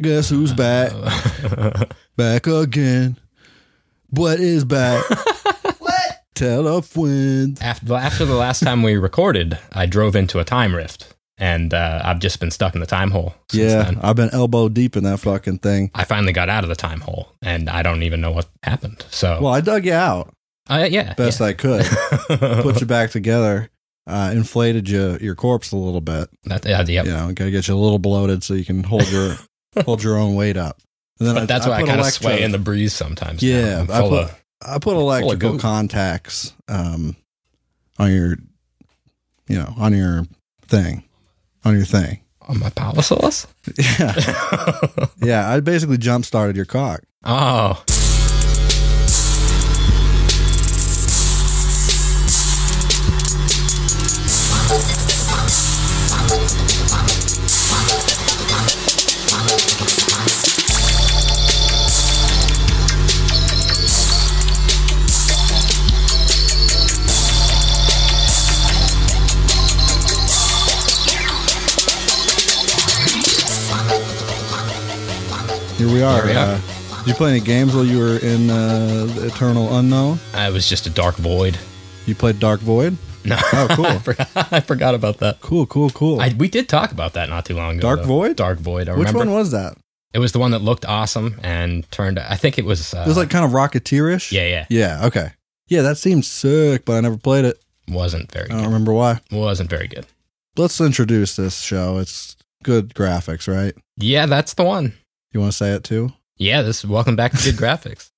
Guess who's back? back again. What is back? what? Tell up wind. after, after the last time we recorded, I drove into a time rift, and uh, I've just been stuck in the time hole since Yeah, then. I've been elbow deep in that fucking thing. I finally got out of the time hole, and I don't even know what happened. So, Well, I dug you out uh, yeah, best I could. yeah. Put you back together. Uh, inflated you, your corpse a little bit. That- yeah, yep. You know, gotta get you a little bloated so you can hold your hold your own weight up. And then But that's why I put kind of electro- sway in the breeze sometimes. now. Yeah, I'm I full put- of- I put electrical goop. contacts um, on your, you know, on your thing, on your thing. on my power source. Yeah, yeah. I basically jump started your cock. oh, Here we are. Here we are. Uh, did you play any games while you were in uh, the Eternal Unknown? I was just a dark void. You played Dark Void. No, Oh, cool. I, forgot, I forgot about that. Cool, cool, cool. I, we did talk about that not too long ago. Dark though. Void? Dark void. I Which remember one was that? it was the one that looked awesome and turned. I think it was. Uh, It was like kind of Rocketeerish. yeah, yeah. Yeah. Okay. Yeah, that seems sick, but I never played it. Wasn't very. I don't remember why. Wasn't very good. Let's introduce this show. It's good graphics, right? Yeah, that's the one. You want to say it too? Yeah, this. Welcome back to good graphics.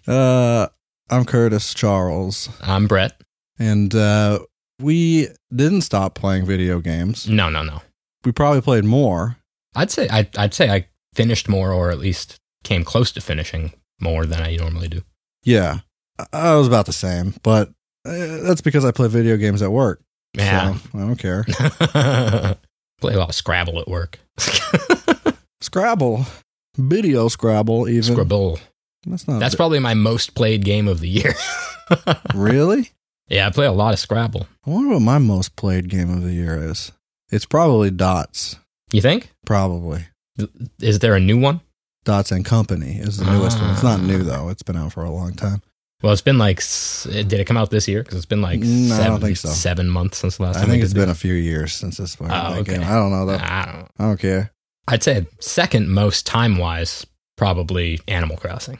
Uh, I'm Curtis Charles, I'm Brett. and uh, we didn't stop playing video games. No, no, no. We probably played more. I'd say I, I'd say I finished more, or at least came close to finishing more than I normally do. Yeah, I, I was about the same, but uh, that's because I play video games at work. Yeah. so I don't care. Play a lot of Scrabble at work. Scrabble, video Scrabble, even Scrabble. That's not That's a- probably my most played game of the year. really. yeah, I play a lot of Scrabble. I wonder what my most played game of the year is. It's probably Dots. You think? Probably Is there a new one? Dots and Company is the newest one. It's not Ah. new though. It's been out for a long time. Well, it's been like. s- Did it come out this year? Because it's been like No, I don't seven, think so. seven months since the last I time. think we it's did been a few years since this part Oh, that okay. game. I don't know though. these. I don't know. I don't care. I'd say second most time wise, probably Animal Crossing.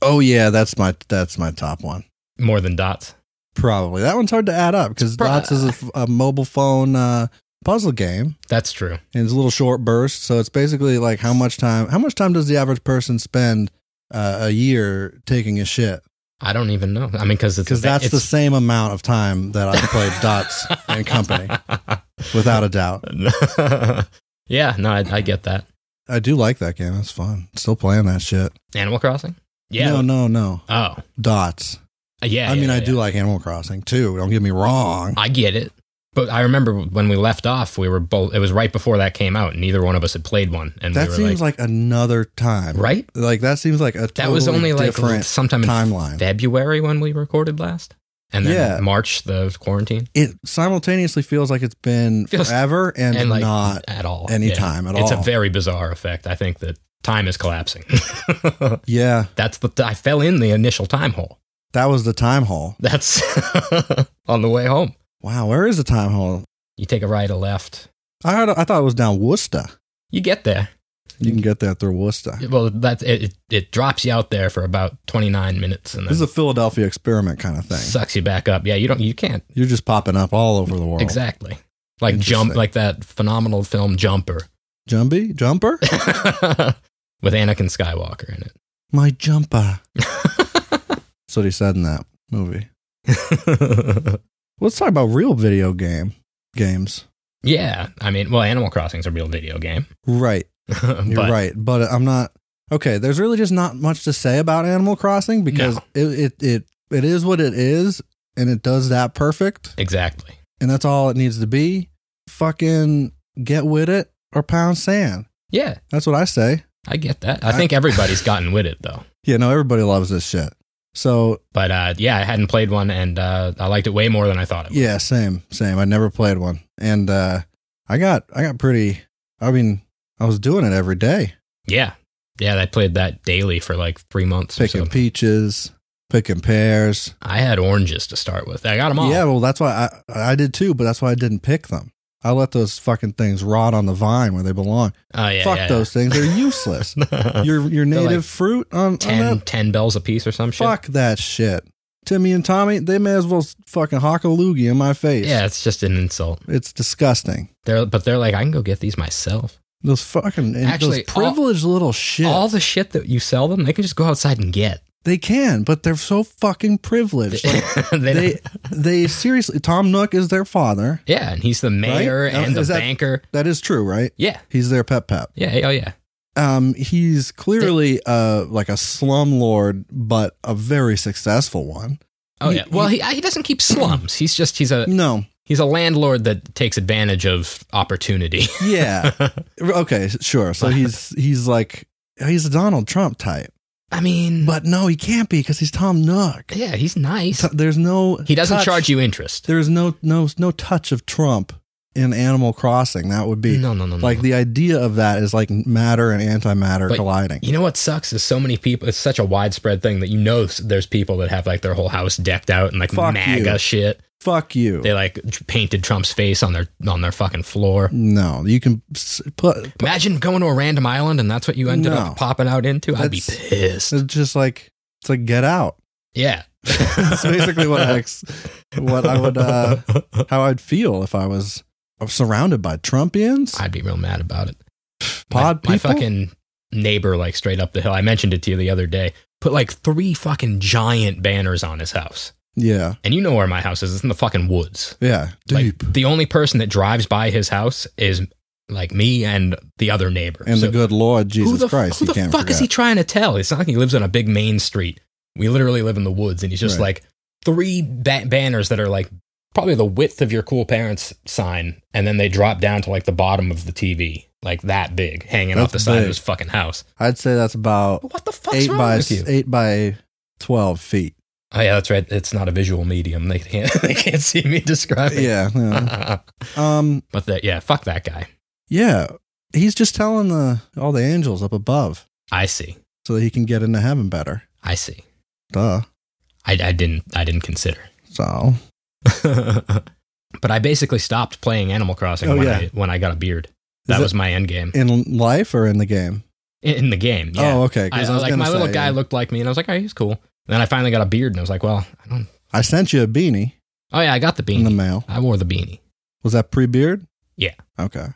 Oh yeah, that's my that's my top one. More than dots. Probably that one's hard to add up because Pro- Dots is a, f- a mobile phone uh, puzzle game That's true. and it's a little short burst. So it's basically like how much time how much time does the average person spend uh, a year taking a shit? I don't even know. I mean, because it's Because that's the same amount of time that I played Dots and Company without a doubt. company. yeah, no, I, I get that. I do like that game. That's fun. Still playing that shit. Animal Crossing. Yeah. No, no, no. Oh, Dots. yeah. I mean, yeah, I yeah. do like Animal Crossing too. Don't get me wrong. I get it. But I remember when we left off, we were both. It was right before that came out, and neither one of us had played one, and That we were seems like, another time, right. Like that seems like a That was totally only like different sometime in timeline. February when we recorded last, and then Yeah. March the quarantine it simultaneously feels like it's been Feels- forever and, and like not. at all any Yeah. time at it's all. a very bizarre effect. I think that time is collapsing. Yeah, That's the I fell in the initial time hole. that was the time hole. That's on the way home. Wow, where is the time hole? You take a right or left, I heard, I thought it was down Worcester. you get there. You can get that through Worcester. Well, that it, it, it drops you out there for about twenty nine minutes, and This is then a Philadelphia experiment kind of thing. sucks you back up. Yeah, you don't you can't You're just popping up all over the world. exactly like jump Interesting. like that phenomenal film Jumper Jumpy jumper, with Anakin Skywalker in it. my jumper. That's what he said in that movie. Let's talk about real video game games. yeah, I mean, well, Animal Crossing's a real video game. Right. You're But- right, but I'm not okay. There's really just not much to say about Animal Crossing because No. it, it it it is what it is, and it does that perfect, Exactly. and that's all it needs to be. Fucking get with it or pound sand. Yeah, That's what I say. I get that. I, I- think everybody's gotten with it though. Yeah, no, everybody loves this shit. So But uh, yeah, I hadn't played one, and uh, I liked it way more than I thought it. Would. yeah, same, same. I never played one, and uh, I got I got pretty. I mean, I was doing it every day, Yeah. Yeah, I played that daily for like three months. Or picking so. peaches, picking pears. I had oranges to start with. I got them all. Yeah, well, that's why I I did too, but that's why I didn't pick them. I let those fucking things rot on the vine where they belong. Oh, yeah. Fuck yeah, those things; they're useless. yeah. your your They're like native fruit on, on 10, that 10 bells a piece or some shit. Fuck that shit. Timmy and Tommy, they may as well fucking hock a loogie in my face. Yeah, it's just an insult. It's disgusting. They're, but they're like, I can go get these myself. Those fucking and Actually, those privileged little shit. All the shit that you sell them, they can just go outside and get. they can, but they're so fucking privileged. Like, They don't- they they seriously Tom Nook is their father. yeah, and he's the mayor Right? Oh, and the Is that- banker. That is true, right? Yeah, He's their pet pet. yeah, oh yeah. Um he's clearly uh like a slumlord but a very successful one. Oh He- yeah. Well, he he doesn't keep slums. He's just he's a No. he's a landlord that takes advantage of opportunity. Yeah. okay, sure. So he's he's like he's a Donald Trump type. I mean, But no, he can't be because he's Tom Nook. yeah, he's nice. T- there's no He doesn't touch- charge you interest. There's no no no touch of Trump in Animal Crossing. That would be No, no, no, no. like Like the idea of that is like matter and antimatter But- colliding. you know what sucks is so many people. It's such a widespread thing that you know s- there's people that have like their whole house decked out and like Fuck MAGA you. shit. Fuck you. They like t- painted Trump's face on their on their fucking floor. no, you can s- put. Imagine going to a random island and that's what you ended No. up popping out into. I'd be That's- pissed. It's just like it's like get out. Yeah. That's basically what I ex- what I would uh, how I'd feel if I was surrounded by Trumpians. I'd be real mad about it. Pod my, my people? fucking neighbor, like straight up the hill. I mentioned it to you the other day. Put like three fucking giant banners on his house, yeah, and you know where my house is. It's in the fucking woods. yeah, Like, deep the only person that drives by his house is like me and the other neighbor. and So the good Lord Jesus who the, Christ. who you the can't fuck is he forget. trying to tell? It's not like he lives on a big main street. We literally live in the woods, and he's just Right. like three ba- banners that are like probably the width of your cool parents sign, and then they drop down to like the bottom of the TV, like that big, hanging off the That's side big. of his fucking house. I'd say that's about What the fuck's eight wrong by with you? eight by twelve feet. Oh yeah, that's right. It's not a visual medium. They can't they can't see me describing. Yeah, yeah. Yeah. um, but that yeah, fuck that guy. yeah. He's just telling the all the angels up above I see. so that he can get into heaven better. I see. Duh. I, I didn't I didn't consider. So but I basically stopped playing Animal Crossing Oh, when yeah. I when I got a beard. That that- was my end game in life or in the game? in, in the game. Yeah. Oh, okay. I, 'cause I- was like gonna my little say, uh, guy looked like me, and I was like, "Oh, he's cool." And then I finally got a beard, and I was like, "Well, I don't." I sent you a beanie Oh yeah, I got the in the beanie. mail. I wore the beanie. Was that pre beard? Yeah. Okay.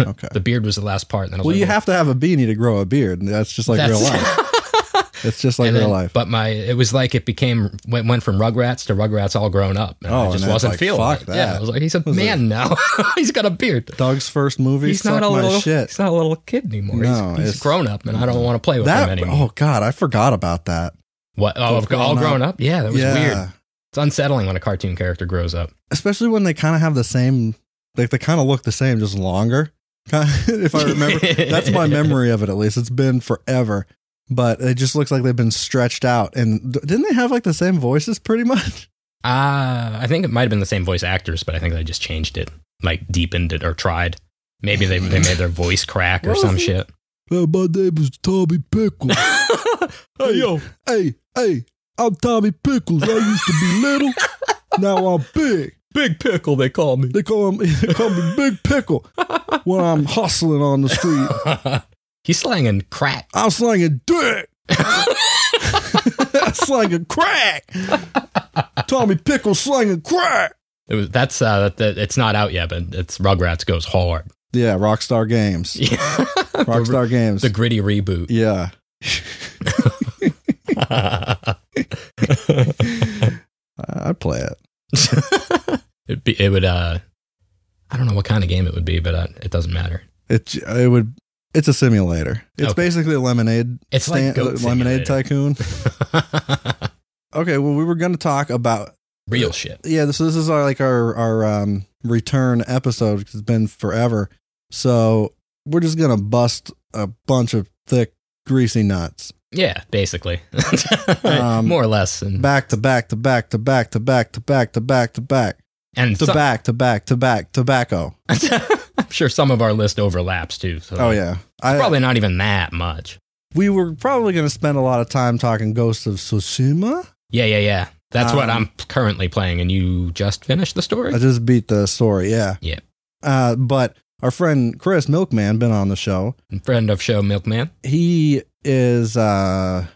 Okay. the beard was the last part. And then I was well, like, you have to have a beanie to grow a beard. and That's just like real life. life. It's just like And real then- life. But my it was like it became went, went from Rugrats to Rugrats all grown up. And Oh, I just and that's wasn't like, feeling fuck it. that. Yeah, I was like, he's a Was man now. he's got a beard. Doug's first movie. He's not suck a my little. shit. He's not a little kid anymore. He's- No, he's, it's- grown up, and I don't want to play with him That anymore. oh god, I forgot about that. what? Oh, Those I've- all grown grown up? Yeah, that was weird. It's unsettling when a cartoon character grows up. especially when they kind of have the same like they kind of look the same just longer Kinda- if i remember that's my memory of it at least it's been forever but it just looks like they've been stretched out and d- didn't they have like the same voices pretty much Uh, I think it might have been the same voice actors, but I think they just changed it, like deepened it or tried. Maybe they, they made their voice crack or What some was it? shit. my name is tommy pickles hey, yo. hey hey i'm tommy pickles i used to be little now i'm big Big Pickle, they call me. they call me they call me big pickle when i'm hustling on the street He's slanging crack. i'm slinging dick slinging crack. Tommy Pickle slinging crack. It was, that's uh, that, that- it's not out yet, but it's Rugrats goes hard. Yeah, Rockstar Games. the, Rockstar Games. the gritty reboot. yeah. I- I'd play it. It'd be, it would. Uh, I don't know what kind of game it would be, but uh, it doesn't matter. It j- it would it's a simulator. It's Okay. basically a lemonade It's like Goat uh, lemonade Simulator. tycoon. Okay, well we were going to talk about Real shit. yeah, so this is our like our our um return episode it it's been forever. So, we're just going to bust a bunch of thick greasy nuts. Yeah, basically, Um, more or less. And Mm-hmm. back to back to back to back to back to back to back to back. And To some- back, to back, to back, tobacco. I'm sure some of our list overlaps too. So Oh yeah, I, probably not even that much. we were probably going to spend a lot of time talking Ghosts of Tsushima. Yeah, yeah, yeah. That's what Um, I'm currently playing, and you just finished the story. I just beat the story. Yeah, Yeah. Uh, but our friend Chris Milkman been on the show. Friend of show, Milkman. He is uh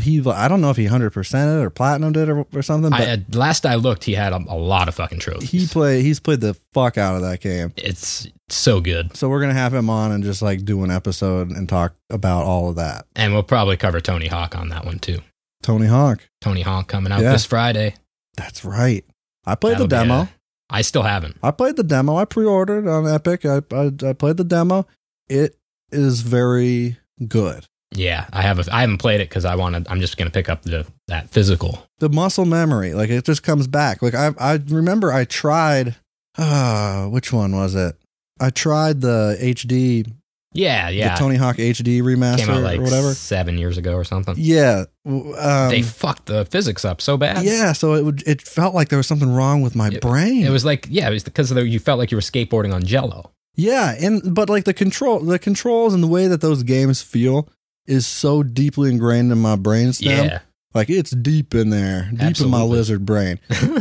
he. I don't know if he hundred percent it or platinumed it or, or something. But I, uh, last I looked, he had a, a lot of fucking trophies. he play he's played the fuck out of that game. it's so good, So we're gonna have him on and just like do an episode and talk about all of that. and we'll probably cover Tony Hawk on that one too. Tony Hawk. Tony Hawk coming out Yeah. this Friday. That's right. I played the That'll be demo. a- I still haven't. I played the demo. I pre-ordered on Epic. I, I I played the demo. It is very good. Yeah, I have. A, I haven't played it because I wanted. I'm just gonna pick up the that physical. The muscle memory, like it just comes back. Like I I remember I tried. Uh, which one was it? I tried the HD, Yeah, yeah. the Tony Hawk HD remaster Came out like or whatever. seven years ago or something. Yeah, w- um, they fucked the physics up so bad. yeah. So it would, it felt like there was something wrong with my brain. It was like, yeah, it was because of the, you felt like you were skateboarding on Jello. Yeah, and but like the control, the controls and the way that those games feel is so deeply ingrained in my brainstem. Yeah, Like it's deep in there, deep in my Absolutely. lizard brain.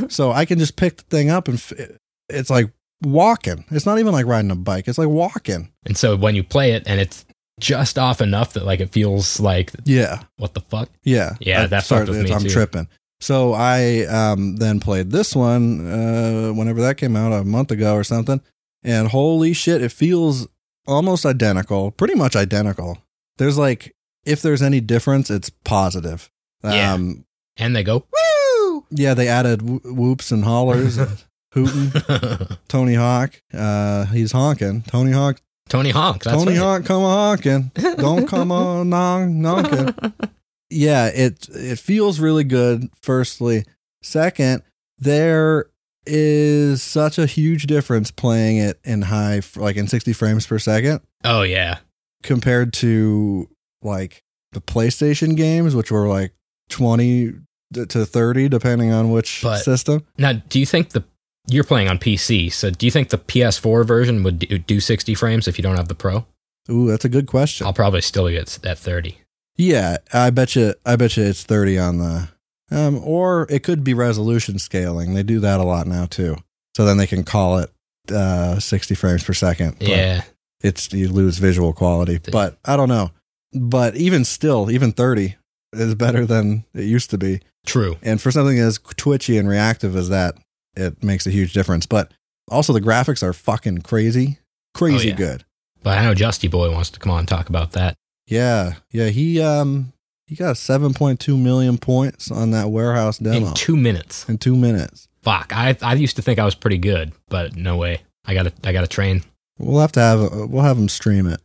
So I can just pick the thing up and f- it's like walking. It's not even like riding a bike. It's like walking. and so when you play it, and it's just off enough that like it feels like Yeah, what the fuck. yeah, Yeah, that fucked with me I'm too. tripping. So I um, then played this one uh, whenever that came out a month ago or something, and holy shit, it feels almost identical, pretty much identical. There's like if there's any difference, it's positive. Yeah. Um, And they go woo. yeah, they added wh- whoops and hollers, and hooting. Tony Hawk. Uh, he's honking. Tony Hawk. Tony Hawk. That's Tony right. Hawk, come a honking. Don't come a non nonking. Yeah, it it feels really good. Firstly, second, there is such a huge difference playing it in high, like in sixty frames per second, oh yeah, compared to like the PlayStation games, which were like twenty to thirty, depending on which But- system. Now, do you think the you're playing on PC? So, do you think the PS4 version would do, do 60 frames if you don't have the Pro? Ooh, that's a good question. I'll probably still get at 30. Yeah, I bet you. I bet you it's thirty on the, um, or it could be resolution scaling. They do that a lot now too. So then they can call it uh, sixty frames per second. but Yeah, it's you lose visual quality. But I don't know. But even still, even thirty is better than it used to be. true. And for something as twitchy and reactive as that, it makes a huge difference. But also the graphics are fucking crazy, crazy Oh, yeah. good. But I know Justy Boy wants to come on and talk about that. Yeah, yeah. He um he got seven point two million points on that warehouse demo in two minutes. in two minutes. Fuck, I I used to think I was pretty good, but no way. I got to I got to train. We'll have to have we'll have him stream it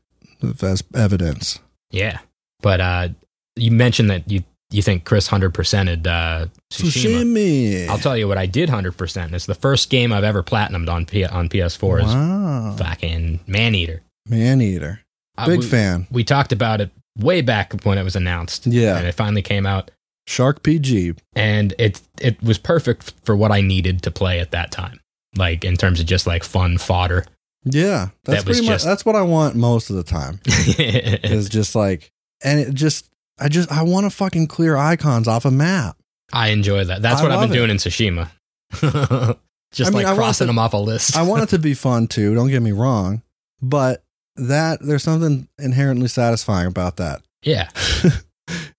as evidence. Yeah, but uh, you mentioned that you you think Chris hundred percented uh, Tsushima. Sushimi. I'll tell you what I did hundred percent. It's the first game I've ever platinumed on P- on PS4. Is Wow, fucking Maneater. man eater, Uh, big we, fan. We talked about it way back when it was announced, Yeah, and it finally came out, Shark PG. and it it was perfect for what I needed to play at that time. Like in terms of just like fun fodder. Yeah, that's That was pretty much just- that's what I want most of the time. Is just like and it just I just I want to fucking clear icons off a map. I enjoy that. That's I what I've been love it. doing in Tsushima. Just I mean, I like want crossing the- them off a list. I want it to be fun too. Don't get me wrong, but that there's something inherently satisfying about that. yeah.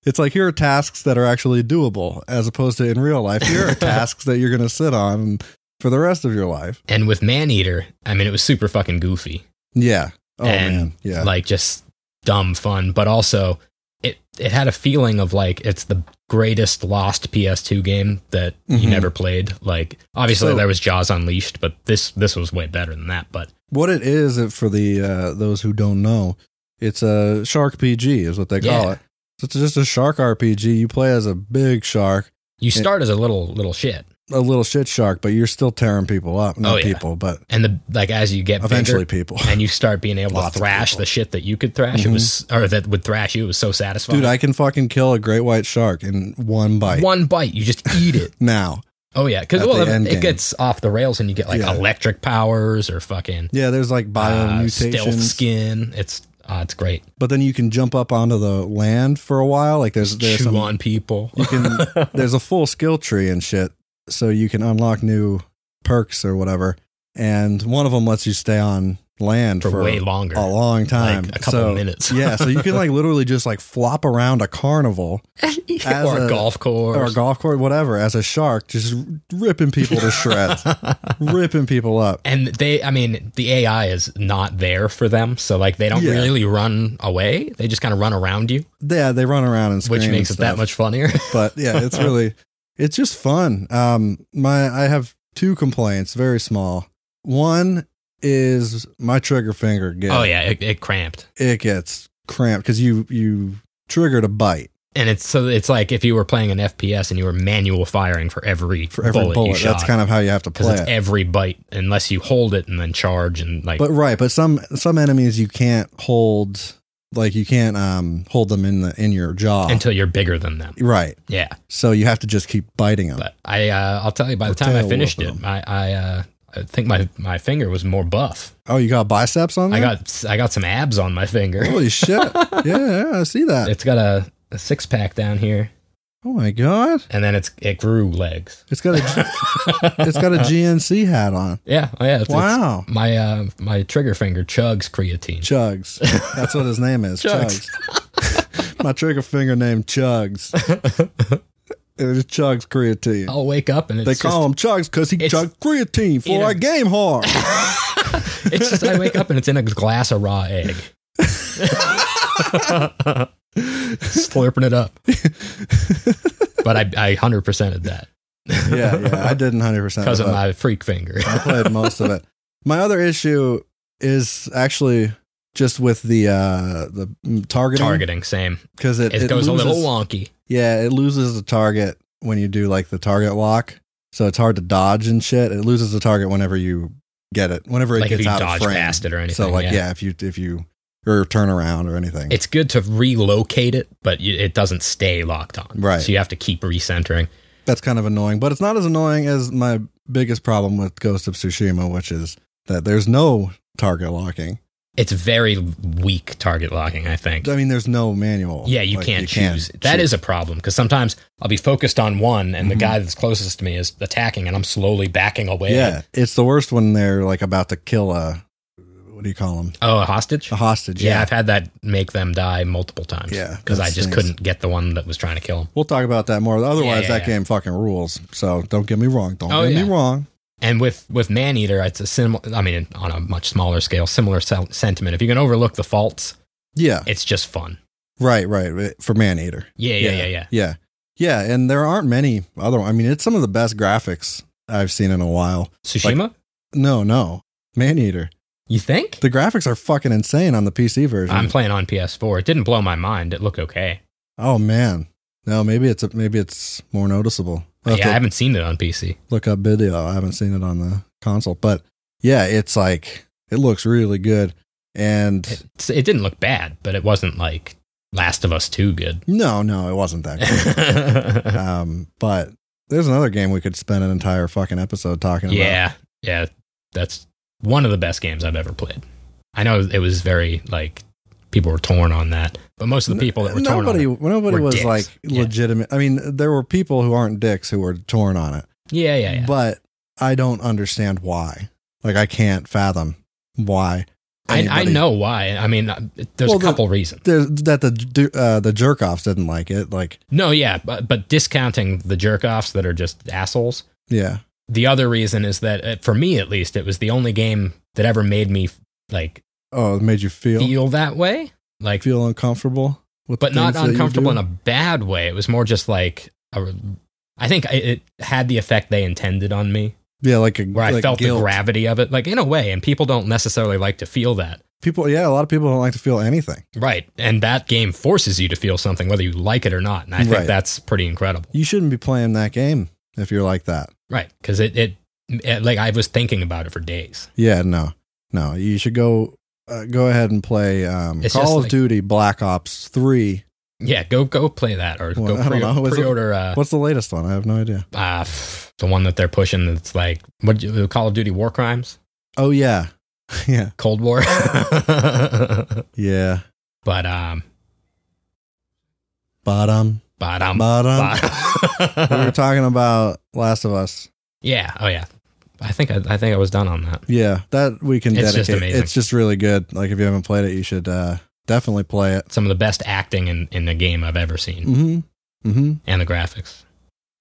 It's like here are tasks that are actually doable, as opposed to in real life. Here are tasks that you're going to sit on for the rest of your life. And with Maneater, I mean, it was super fucking goofy. Yeah. Oh And, man. Yeah. Like just dumb fun, but also it, it had a feeling of like it's the greatest lost PS2 game that Mhm. you never played. Like obviously So- there was Jaws Unleashed, but this this was way better than that. But what it is uh, for the uh, those who don't know, it's a shark PG is what they call Yeah. it. So it's just a shark RPG. You play as a big shark, you start as a little little shit, a little shit shark, but you're still tearing people up. Not Oh, yeah. people, but and the like as you get bigger, eventually people. and you start being able Lots of to thrash people. Mm-hmm. the shit that you could thrash. It was or that would thrash you. It was so satisfying. Dude, I can fucking kill a great white shark in one bite One bite, you just eat it. now. Oh yeah, because At well, the if end it game. gets off the rails and you get like Yeah. electric powers or fucking Yeah, there's like bio uh, stealth mutations, skin. It's uh, it's great. but then you can jump up onto the land for a while. Like there's there's Chew some, on people. you can there's a full skill tree and shit, so you can unlock new perks or whatever. And one of them lets you stay on land for, for, way longer, a long time, like a couple so, minutes. yeah, so you can like literally just like flop around a carnival as or a, a- golf course. or a golf course, whatever, as a shark, just ripping people to shreds, ripping people up. and they, I mean, the AI is not there for them, so like they don't Yeah. really run away. They just kind of run around you, Yeah, they run around and scream, which and makes it that stuff. much funnier. But yeah, it's really, it's just fun. Um, my I have two complaints, very small. One is my trigger finger. Gets, Oh yeah, it, it cramped, it gets cramped because you you triggered a bite and it's so it's like if you were playing an FPS and you were manual firing for every for every bullet. bullet, you shot. That's kind of how you have to because play it's it. every bite unless you hold it and then charge and like But right, but some some enemies you can't hold, like you can't um hold them in the in your jaw until you're bigger than them. Right. Yeah, So you have to just keep biting them. but I uh, I'll tell you by the Or time I tail finished it, whooping I I, uh, I think my my finger was more buff. Oh, you got biceps on I there? got I got some abs on my finger. Holy shit. yeah, yeah, I see that. it's got a, a six pack down here, oh my god. and then it's it grew legs. It's got a it's got a GNC hat on. yeah, oh, yeah. It's, it's- wow. my uh my trigger finger chugs creatine. Chugs. That's what his name is. Chugs. Chugs. my trigger finger named Chugs. It is Chugs creatine. I'll wake up and Oh, it's they just, call him Chugs because he it's- chugged creatine for Either- our game hard. it's just I wake up and it's in a glass of raw egg. Slurping it up. but I, I 100%ed that yeah, yeah. I didn't 100% because of that. my freak finger. I played most of it. My other issue is actually just with the uh the mm, targeting Targeting, same. because it, It, goes loses, a little wonky. Yeah, it loses the target when you do like the target lock, so it's hard to dodge and shit. It loses the target whenever you get it, whenever it Like if gets you out dodge of frame. past it or anything. so like yeah. yeah. if you if you or turn around or anything, It's good to relocate it, but you, it doesn't stay locked on. Right. So you have to keep recentering. that's kind of annoying. But it's not as annoying as my biggest problem with Ghost of Tsushima, which is that there's no target locking. It's very weak target locking, I think. I mean, there's no manual. Yeah, you Like, can't choose. That is choose. a problem because sometimes I'll be focused on one, and the Mhm. guy that's closest to me is attacking, and I'm slowly backing away. Yeah, it's the worst when they're like about to kill a what do you call them? Oh, a hostage. A hostage. yeah. I've had that make them die multiple times. Yeah, because that I just stinks. couldn't get the one that was trying to kill him. We'll talk about that more. Otherwise, yeah, that yeah. game fucking rules. So don't get me wrong. Don't Oh, get yeah. me wrong. And with with Maneater, it's a similar. I mean, on a much smaller scale, similar sel- sentiment. If you can overlook the faults, Yeah. it's just fun. Right. Right. right. For Man Eater. Yeah, yeah, yeah, yeah. Yeah. Yeah. And there aren't many other. I mean, it's some of the best graphics I've seen in a while. Tsushima, No, no, Man Eater. you think? The graphics are fucking insane on the PC version. I'm playing on PS4. It didn't blow my mind. It looked okay. oh man. No, maybe it's a, maybe it's more noticeable. I'll have yeah, I to- haven't seen it on PC. look up video. I haven't seen it on the console, but yeah, it's like it looks really good. And It's, it didn't look bad, but it wasn't like Last of Us Two good. no, no, it wasn't that good. um, but there's another game we could spend an entire fucking episode talking about. yeah, yeah, that's one of the best games I've ever played. I know it was very like people were torn on that, but most of the people that were torn on nobody, it, nobody were was dicks. like Yeah. legitimate. I mean, there were people who aren't dicks who were torn on it, yeah, yeah, yeah. but I don't understand why. Like, I can't fathom why. I, I anybody- know why. I mean, uh, there's Well, a the- couple reasons. there's- that the uh, the jerk offs didn't like it. Like, No, yeah, but but discounting the jerk offs that are just assholes. yeah, The other reason is that uh, for me at least, it was the only game that ever made me like oh, it made you feel that way. Like feel uncomfortable with but things not that you uncomfortable in do? a bad way. It was more just like a, I think it, it had the effect they intended on me, yeah like a where I like felt guilt. the gravity of it, like in a way. And people don't necessarily like to feel that, people yeah a lot of people don't like to feel anything right? And that game forces you to feel something, whether you like it or not. And I think Right. that's pretty incredible, you shouldn't be playing that game if you're like that right? Because it, it, it- like I was thinking about it for days. yeah no no you should go uh, go ahead and play um, It's just call of like- duty black ops 3 Yeah, go go play that or Well, I go don't pre- know. Is it- pre-order. Uh, what's the latest one i have no idea uh, f- The one that they're pushing that's like what you- Call of Duty War Crimes, Oh yeah, yeah, Cold War. but yeah. um, Bottom, but um, bottom. we were but talking about Last of Us. yeah, oh yeah. I think I, I think I was done on that. Yeah, that we can. It's just dedicate- amazing. It's just really good. Like if you haven't played it, you should uh, definitely play it. Some of the best acting in in a game I've ever seen, Mm-hmm. Mm-hmm. and the graphics.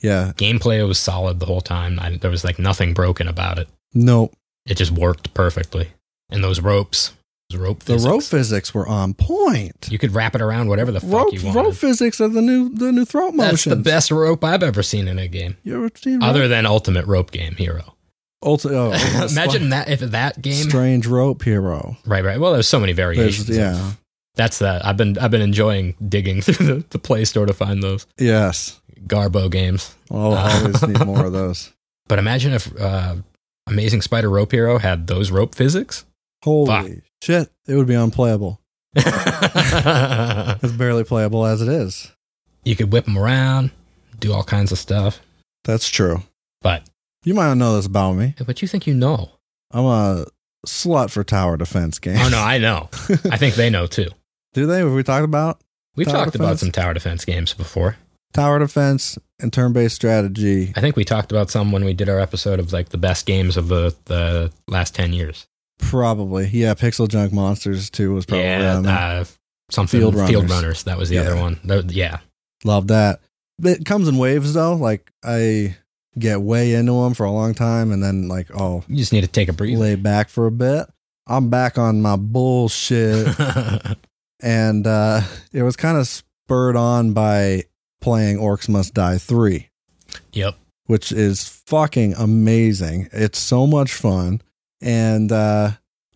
Yeah. Gameplay was solid the whole time. I, there was like nothing broken about it. No, It just worked perfectly. And those ropes, those rope the physics. rope physics were on point. You could wrap it around whatever the fuck rope, you want. rope physics are the new the new throat motion. That's the best rope I've ever seen in a game, You ever seen rope? other than Ultimate Rope Game Hero. Ulti- Mm-hmm. oh, Imagine that if that game. Strange rope hero. Right, right. Well, there's so many There's, variations. yeah. that's the I've been I've been enjoying digging through the, the Play Store to find those Yes. Garbo games. I'll always need more of those. But imagine if uh, Amazing Spider Rope Hero had those rope physics. Holy Fuck. shit. It would be unplayable. you It's barely playable as it is. could whip them around, do all kinds of stuff. That's true. But You might not know this about me. but you think you know? I'm a slut for tower defense games. Oh no, I know. I think they know too. Do they? Have we talked about We've Tower talked about defense? some tower defense games before. tower defense and turn based strategy? I think we talked about some when we did our episode of like the best games of the, the last 10 years. Probably. Yeah. Pixel Junk Monsters 2 was probably on there. uh, something Field Field Runners. Runners. That was the Yeah. other one. That- yeah. Love that. It comes in waves though. Like I get way into them for a long time and then like, oh, You just need to take a breather. lay back for a bit. I'm back on my bullshit. and uh, it was kind of spurred on by playing Orcs Must Die 3, yep. which is fucking amazing. It's so much fun. And uh,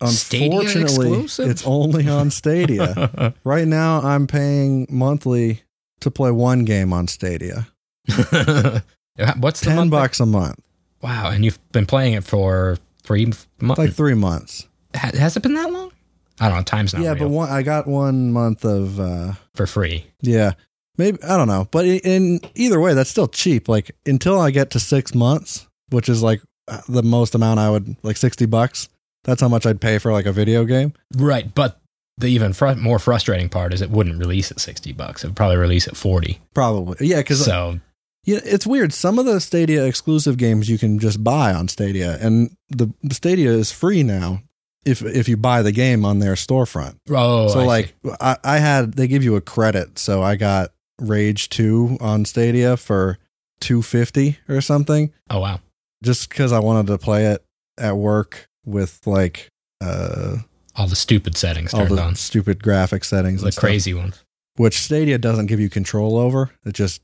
Stadia unfortunately, exclusive? it's only on Stadia. Right now, I'm paying monthly to play one game on Stadia. What's the Ten month? bucks a month, Wow. And you've been playing it for three months. like three months. Ha- has it been that long? I don't know. Time's not yeah, real. but one, I got one month of uh, for free. yeah, maybe I don't know. But in, in either way, that's still cheap. Like until I get to six months, which is like uh, the most amount I would like sixty bucks. That's how much I'd pay for like a video game. Right, but the even fr- more frustrating part is it wouldn't release at 60 bucks. It would probably release at 40. Probably, yeah, because So, Yeah, it's weird. Some of the Stadia exclusive games you can just buy on Stadia, and the, the Stadia is free now if if you buy the game on their storefront. oh, so I see. like I, I had they give you a credit, so I got Rage Two on Stadia for two fifty or something, oh wow. just because I wanted to play it at work with like uh All the stupid settings all turned the on. stupid graphic settings, The and stuff, crazy ones. which Stadia doesn't give you control over. It just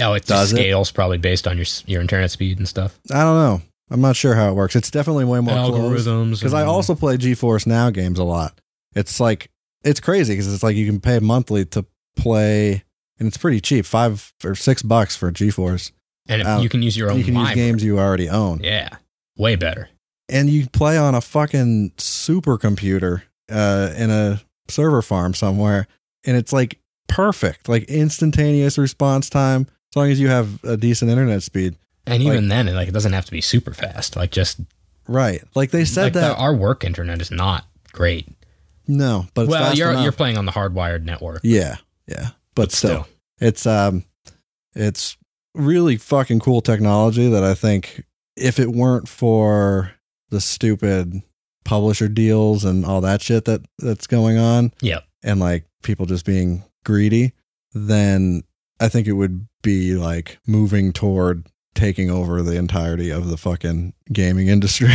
Oh, it Does just it? scales probably based on your s- your internet speed and stuff. I don't know. I'm not sure how it works. It's definitely way more closed. Algorithms. because I and- also play GeForce Now games a lot. It's like it's crazy because it's like you can pay monthly to play, and it's pretty cheap five or six bucks for GeForce. and if uh, you can use your own You can use library. games you already own, Yeah, way better. and you play on a fucking supercomputer uh, in a server farm somewhere, and it's like perfect, like instantaneous response time. As long as you have a decent internet speed, And Like- even then, it, like it doesn't have to be super fast. Like just right? Like they said like the- that. our work internet is not great. no, but it's well, fast you're enough. you're playing on the hardwired network. yeah, yeah, but, still. it's um it's really fucking cool technology that I think if it weren't for the stupid publisher deals and all that shit that that's going on Yeah. and like people just being greedy then I think it would be like moving toward taking over the entirety of the fucking gaming industry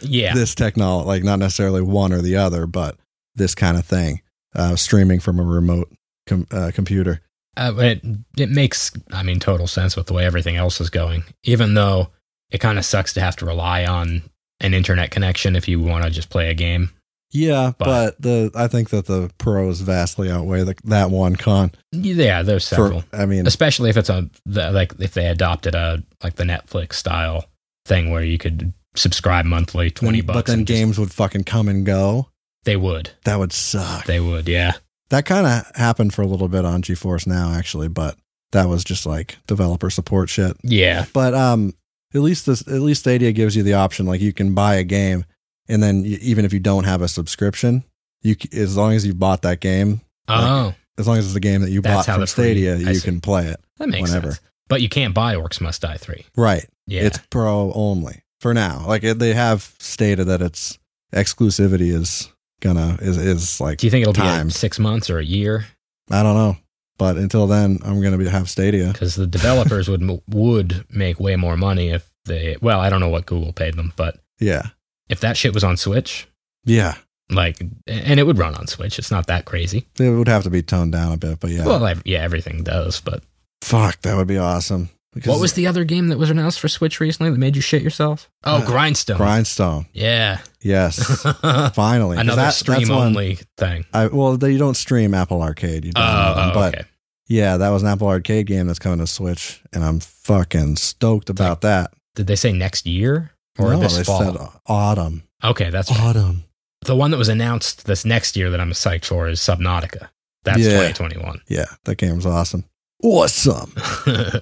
Yeah. this technology like not necessarily one or the other but this kind of thing uh streaming from a remote com- uh, computer uh, it it makes I mean total sense with the way everything else is going. Even though it kind of sucks to have to rely on an internet connection if you want to just play a game. Yeah, but, But- the I think that the pros vastly outweigh the, that one con. Yeah, there's several, For I mean, especially if it's a the, like if they adopted a like the Netflix style thing where you could subscribe monthly, twenty then- bucks. But then and just- games would fucking come and go. they would, That would suck. they would, yeah. that kind of happened for a little bit on GeForce Now, actually, but that was just like developer support shit. Yeah, But um, at least this at least Stadia gives you the option like you can buy a game and then y even if you don't have a subscription, you c- as long as you bought that game, Oh, as long as it's the game that you That's bought how from the free- Stadia, I you see. can play it. that makes whenever. sense. But you can't buy Orcs Must Die 3. Right. Yeah. It's pro only for now. Like it, they have stated that its exclusivity is gonna is is like Do you think it'll be timed. at six months or a year? I don't know. But until then, I'm gonna be, have Stadia. Because the developers would would make way more money if they. Well, I don't know what Google paid them, but Yeah. if that shit was on Switch, Yeah. like, and it would run on Switch. It's not that crazy. It would have to be toned down a bit, but yeah. Well, ev- yeah, everything does. But Fuck, that would be awesome. Because what was the other game that was announced for Switch recently that made you shit yourself? Oh, Uh, Grindstone. Grindstone? yeah. Yes. Another Finally. 'Cause that- that's stream one- only thing. I, well, they don't stream Apple Arcade. You Oh, don't oh, but okay. yeah, that was an Apple Arcade game that's coming to Switch, and I'm fucking stoked about that. Did they say next year or No, this they fall? said Uh-huh. autumn. okay, that's right. Autumn. the one that was announced this next year that I'm psyched for is Subnautica. That's Yeah. 2021. Yeah, that game's awesome. Awesome. I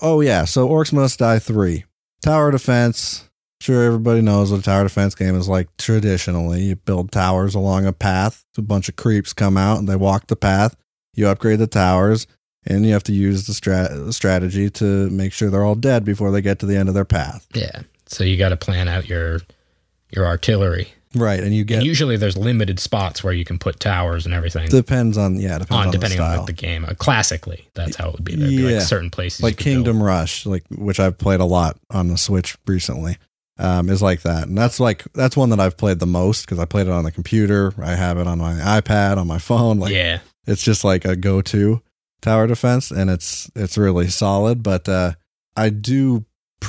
Oh yeah, so Orcs Must Die Three, Tower Defense. Sure, everybody knows what a tower defense game is like. Traditionally, you build towers along a path. A bunch of creeps come out and they walk the path. You upgrade the towers, and you have to use the strat- strategy to make sure they're all dead before they get to the end of their path. yeah. So you got to plan out your your artillery. Right, and you get And usually there's limited spots where you can put towers and everything. depends on yeah depends on, on, the depending on style. like, the game, uh, classically, that's how it would be. There'd be Yeah. like certain places, like you could build. Kingdom Rush, like which I've played a lot on the Switch recently, um, is like that, and that's like that's one that I've played the most because I played it on the computer. I have it on my iPad, on my phone. Like yeah, it's just like a go-to tower defense, and it's it's really solid. But uh, I do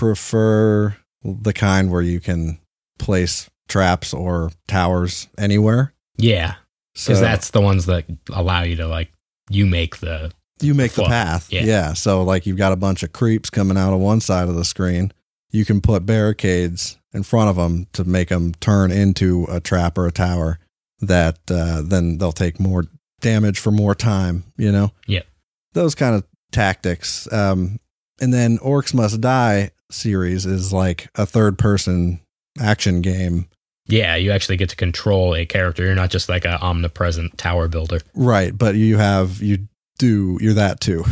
prefer the kind where you can place traps or towers anywhere. yeah, So because that's the ones that allow you to like you make the you make the Fuck. path. Yeah. Yeah. So like you've got a bunch of creeps coming out of one side of the screen. You can put barricades in front of them to make them turn into a trap or a tower that uh, then they'll take more damage for more time, you know? Yeah. Those kind of tactics. Um, and then Orcs Must Die series is like a third person action game yeah. You actually get to control a character. You're not just like a omnipresent tower builder, right but you have you do you're that too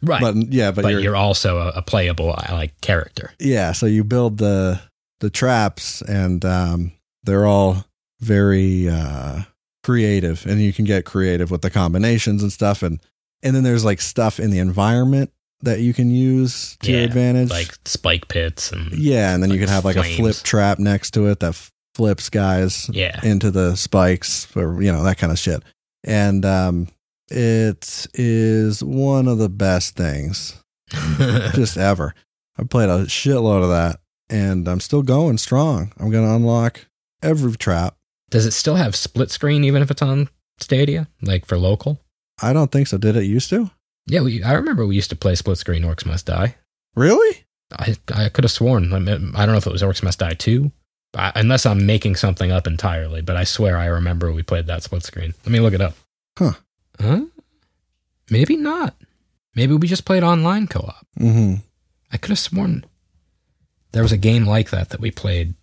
right? but But, yeah but, you're, you're also a, a playable uh, like character. yeah so you build the the traps and um they're all very uh creative and you can get creative with the combinations and stuff and and then there's like stuff in the environment that you can use to your Yeah, advantage like spike pits and yeah and then you like can have like a flip flames. trap next to it that f- flips guys yeah. into the spikes or you know that kind of shit and um it is one of the best things just ever. I played a shitload of that, and I'm still going strong. I'm gonna unlock every trap. Does it still have split screen even if it's on Stadia, like for local? I don't think so. Did it used to? Yeah, we, I remember we used to play split screen Orcs Must Die. Really? I I could have sworn. I, mean, I don't know if it was Orcs Must Die 2, I, unless I'm making something up entirely, but I swear I remember we played that split screen. Let me look it up. Huh. Huh? Maybe not. Maybe we just played online co op. Mm-hmm. I could have sworn there was a game like that that we played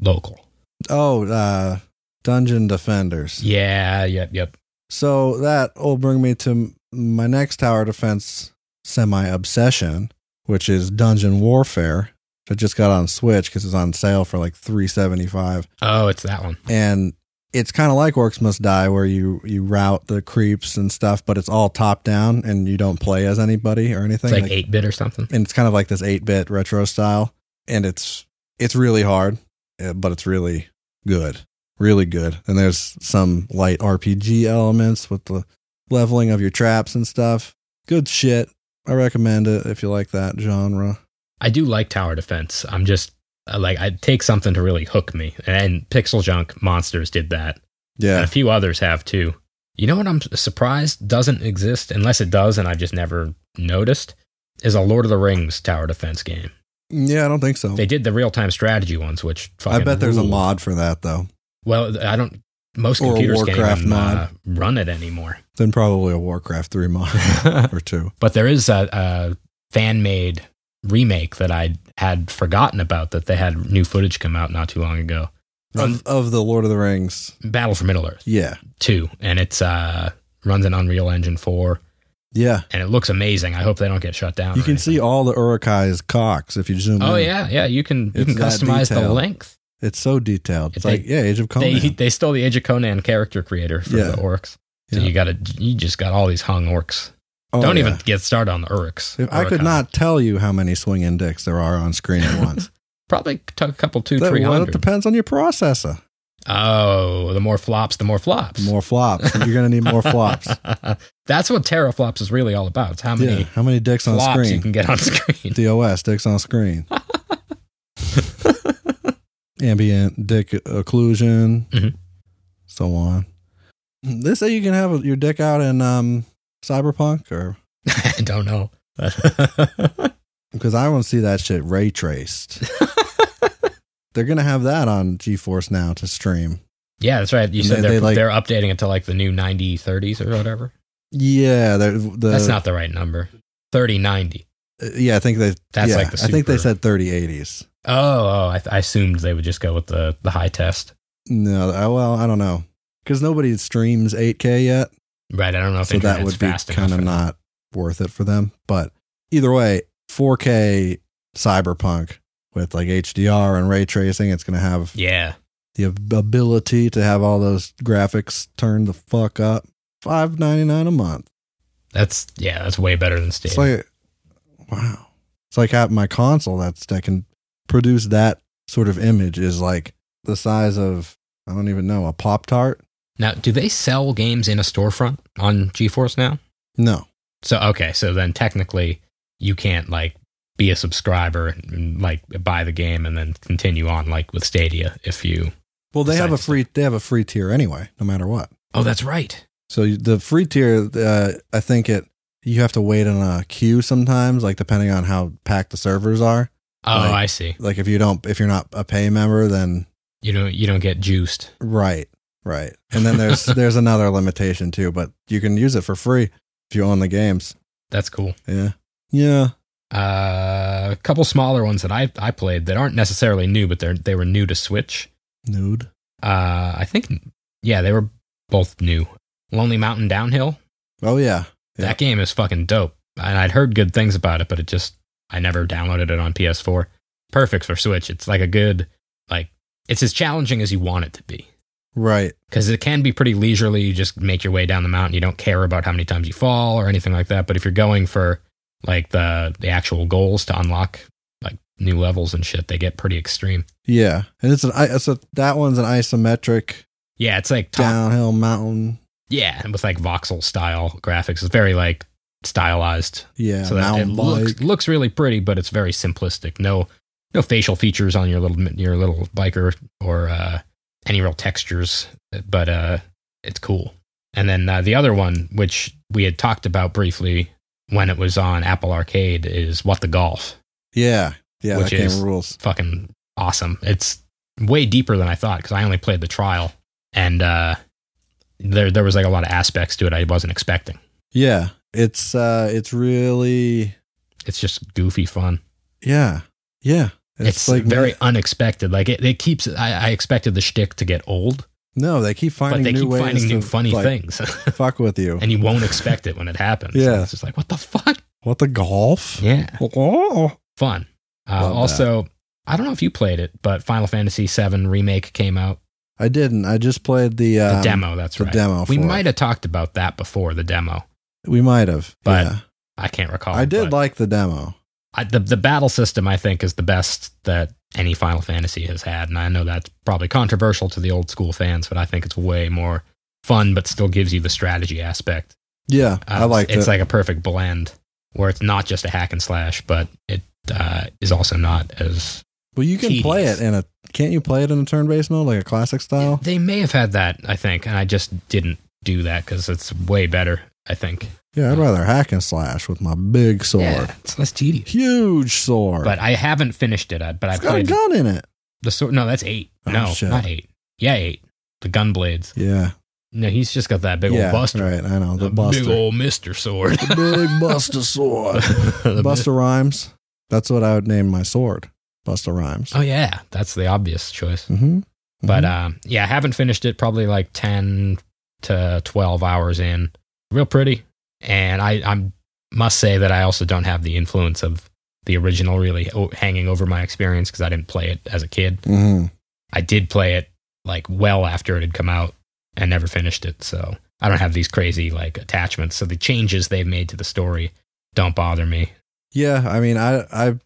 local. Oh, uh, Dungeon Defenders. Yeah, yep, yep. So that will bring me to m- my next tower defense semi obsession, which is Dungeon Warfare. which I just got on Switch because it's on sale for like three seventy five. Oh, it's that one. and it's kind of like Orcs Must Die, where you you route the creeps and stuff, but it's all top down, and you don't play as anybody or anything. It's like Like- 8 bit or something. and it's kind of like this eight bit retro style, and it's it's really hard, eh, but it's really good, really good. And there's some light RPG elements with the leveling of your traps and stuff. Good shit. I recommend it if you like that genre. I do like tower defense. I'm just uh, like I take something to really hook me, and Pixel Junk Monsters did that, and Yeah, Uh, a few others have too. You know what I'm surprised doesn't exist, unless it does, and I've just never noticed, is a Lord of the Rings tower defense game. yeah. I don't think so. They did the real time strategy ones, which I fucking bet there's a rule. mod for that though. Well, I don't. Most Or a computers can't Warcraft even, mod. uh, run it anymore. Then probably a Warcraft three mod or two. but there is a, a fan made remake that I had forgotten about that they had new footage come out not too long ago. of, of the Lord of the Rings. Battle for Middle Earth Yeah, two, and it's uh runs in Unreal Engine four, yeah. and it looks amazing. I hope they don't get shut down. You or can anything. see all the Urukai's cocks if you zoom. Oh in. yeah, yeah. You can you It's can that customize the detailed. length. it's so detailed. It's They- like yeah, Age of Conan. They they stole the Age of Conan character creator for Yeah. the orcs. So Yeah. you got to you just got all these hung orcs. Oh, Don't yeah. even get started on the orcs. If I could Oricon. not tell you how many swinging dicks there are on screen at once. probably took a couple two That- three well, it hundred. depends on your processor. oh, the more flops, the more flops. More flops. You're gonna need more flops. That's what teraflops is really all about. It's how many yeah, how many dicks on flops you screen? can get on screen. DOS dicks on screen. Ambient dick occlusion, Mhm. so on. They say you can have your dick out in um, Cyberpunk, or I don't know. because I want to see that shit ray traced. They're gonna have that on GeForce now to stream. yeah, that's right. You They- said they they, are like- they're updating it to like the new 9030s or whatever. Yeah, they're- the, that's not the right number. 3090. Yeah, I think they. That's yeah, like the I think they super- said thirty eighties. Oh, oh I, I assumed they would just go with the, the high test. No, I, well, I don't know because nobody streams eight K yet. Right. I don't know if so that internet's would be fast enough. kind of or not worth it for them. But either way, 4K cyberpunk with like HDR and ray tracing, it's going to have Yeah. the ab- ability to have all those graphics turned the fuck up. Five ninety nine a month. That's yeah, that's way better than Steam. It's like wow. It's like at my console that's that can produce that sort of image is like the size of I don't even know a pop tart. now, do they sell games in a storefront on GeForce now? No, So okay, so then technically you can't like be a subscriber and, and like buy the game and then continue on like with Stadia if you well they have a Besides free they have a free tier anyway, no matter what. Oh, that's right. So you- the free tier, uh, I think it you have to wait in a queue sometimes, like depending on how packed the servers are. Oh, Like- I see. Like if you don't, if you're not a pay member, then You don't you don't get juiced. right, right. And then there's there's another limitation too, but you can use it for free if you own the games. That's cool. Yeah, yeah. Uh, a couple smaller ones that I I played that aren't necessarily new, but they're they were new to Switch. Nude. Uh, I think yeah, they were both new. Lonely Mountain Downhill. Oh yeah, Yeah. That game is fucking dope, and I'd heard good things about it, but it just I never downloaded it on PS4. Perfect for Switch. It's like a good like it's as challenging as you want it to be right. because it can be pretty leisurely. You just make your way down the mountain. You don't care about how many times you fall or anything like that. But if you're going for like the the actual goals to unlock like new levels and shit, they get pretty extreme. Yeah, and it's an i- so that one's an isometric Yeah, it's like top, downhill mountain. yeah, and with like voxel style graphics. It's very like stylized, Yeah, so that it mountain looks bike. looks really pretty, but it's very simplistic. No no facial features on your little your little biker or uh, any real textures, but uh, it's cool. And then uh, the other one, which we had talked about briefly when it was on Apple Arcade, is What the Golf. Yeah, yeah. Which that game is- rules. Fucking awesome! It's way deeper than I thought because I only played the trial, and uh, there there was like a lot of aspects to it I wasn't expecting. Yeah, it's uh, it's really It's just goofy fun. Yeah. Yeah. It's, like very unexpected. Like it, it keeps. I, I expected the shtick to get old, no, they keep but finding they new keep ways finding to new funny like, things, Fuck with you. and you won't expect it when it happens. Yeah. it's just like what the fuck. What the golf? Yeah, Oh. fun. Uh, Love that. also, I don't know if you played it, but Final Fantasy VII remake came out. I didn't. I just played the The um, demo. That's The right. demo. we for might it. have talked about that before the demo. We might have. But yeah. I can't recall. I did but like the demo. I, the the battle system. I think is the best that any Final Fantasy has had, and I know that's probably controversial to the old school fans, but I think it's way more fun, but still gives you the strategy aspect. Yeah. Uh, I liked it's it. like a perfect blend where it's not just a hack and slash, but it uh, is also not as well, you can play it tedious. in a can't you play it in a turn-based mode like a classic style? They may have had that, I think, and I just didn't do that because it's way better. I think. Yeah, I'd rather hack and slash with my big sword. it's less tedious. Huge sword. But I haven't finished it, uh, but I it's got a played gun in it. the sword. No, that's eight. Oh, no, shit. not eight. Yeah, eight. The gun blades. Yeah. No, he's just got that big yeah, old buster. Right, I know. The The buster. Big old Mister sword. the big buster sword. The Buster Rhymes. That's what I would name my sword, Busta Rhymes. Oh yeah, that's the obvious choice. Mm-hmm. But uh, yeah, I haven't finished it. Probably like ten to twelve hours in. Real pretty, and I I must say that I also don't have the influence of the original really o- hanging over my experience because I didn't play it as a kid. hmm I did play it like well after it had come out and never finished it. So I don't have these crazy like attachments. So the changes they've made to the story don't bother me. yeah. I mean, I I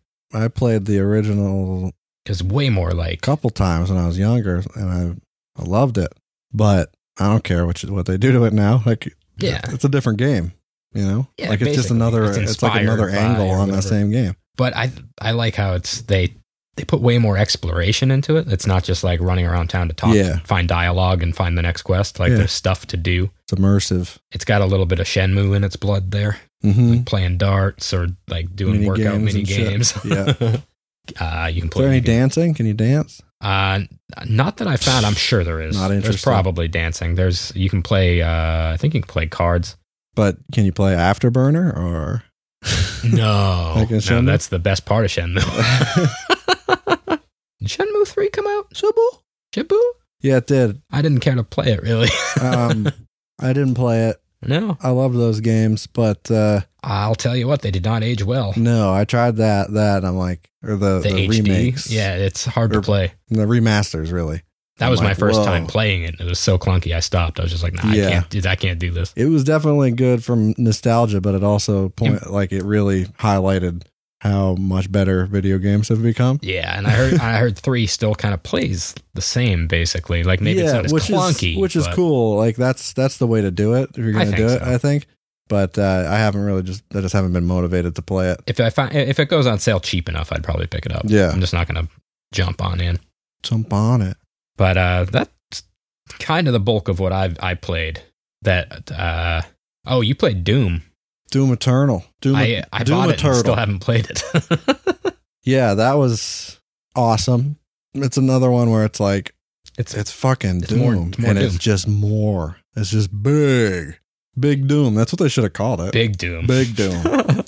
I played the original It's way more a like couple times when I was younger, and I I loved it. But I don't care what you, what they do to it now. Like, Yeah. it's a different game. You know, Yeah, like it's just basically. another. It's It's, like inspired another by angle or on that whatever. same game. but I I like how it's they they put way more exploration into it. It's not just like running around town to talk, Yeah. find dialogue and find the next quest. Like Yeah. there's stuff to do. It's immersive. It's got a little bit of Shenmue in its blood there, Mm-hmm. like playing darts or like doing Mini workout games mini and shit. games. Yeah. uh, you can Is play there any mini games. dancing? Can you dance? Uh, not that I found. I'm sure there is. Not There's interested. probably dancing. There's you can play. Uh, I think you can play cards. But can you play Afterburner or? No, Like in no, Shenmue? that's the best part of Shenmue. Did Shenmue three come out? Shibu? Shibu? Yeah, it did. I didn't care to play it really. Um, I didn't play it. no, I loved those games, but uh, I'll tell you what, they did not age well. no, I tried that. That and I'm like, or the the the, HD, remakes, yeah, it's hard to Or- play. the remasters, really. That was I'm my like, first whoa. time playing it. It was so clunky. I stopped. I was just like, nah, I Yeah. can't. do I can't do this. It was definitely good from nostalgia, but it also point like it really highlighted how much better video games have become. Yeah, and I heard I heard three still kind of plays the same basically. Like maybe it's not as which clunky, is which is but- cool. Like that's that's the way to do it if you're I going to think do it. so. I think, but uh, I haven't really just I just haven't been motivated to play it. if I find if it goes on sale cheap enough, I'd probably pick it up. Yeah. I'm just not gonna jump on in. Jump on it. But uh, that's kind of the bulk of what I've I played. That uh, oh, you played Doom. Doom Eternal. Doom. I I Doom bought it and Eternal. still haven't played it. yeah, that was awesome. It's another one where it's like it's it's fucking It's Doom, more- it's more and it's Doom. just more. It's just big, big Doom. That's what they should have called it. Big Doom. Big Doom.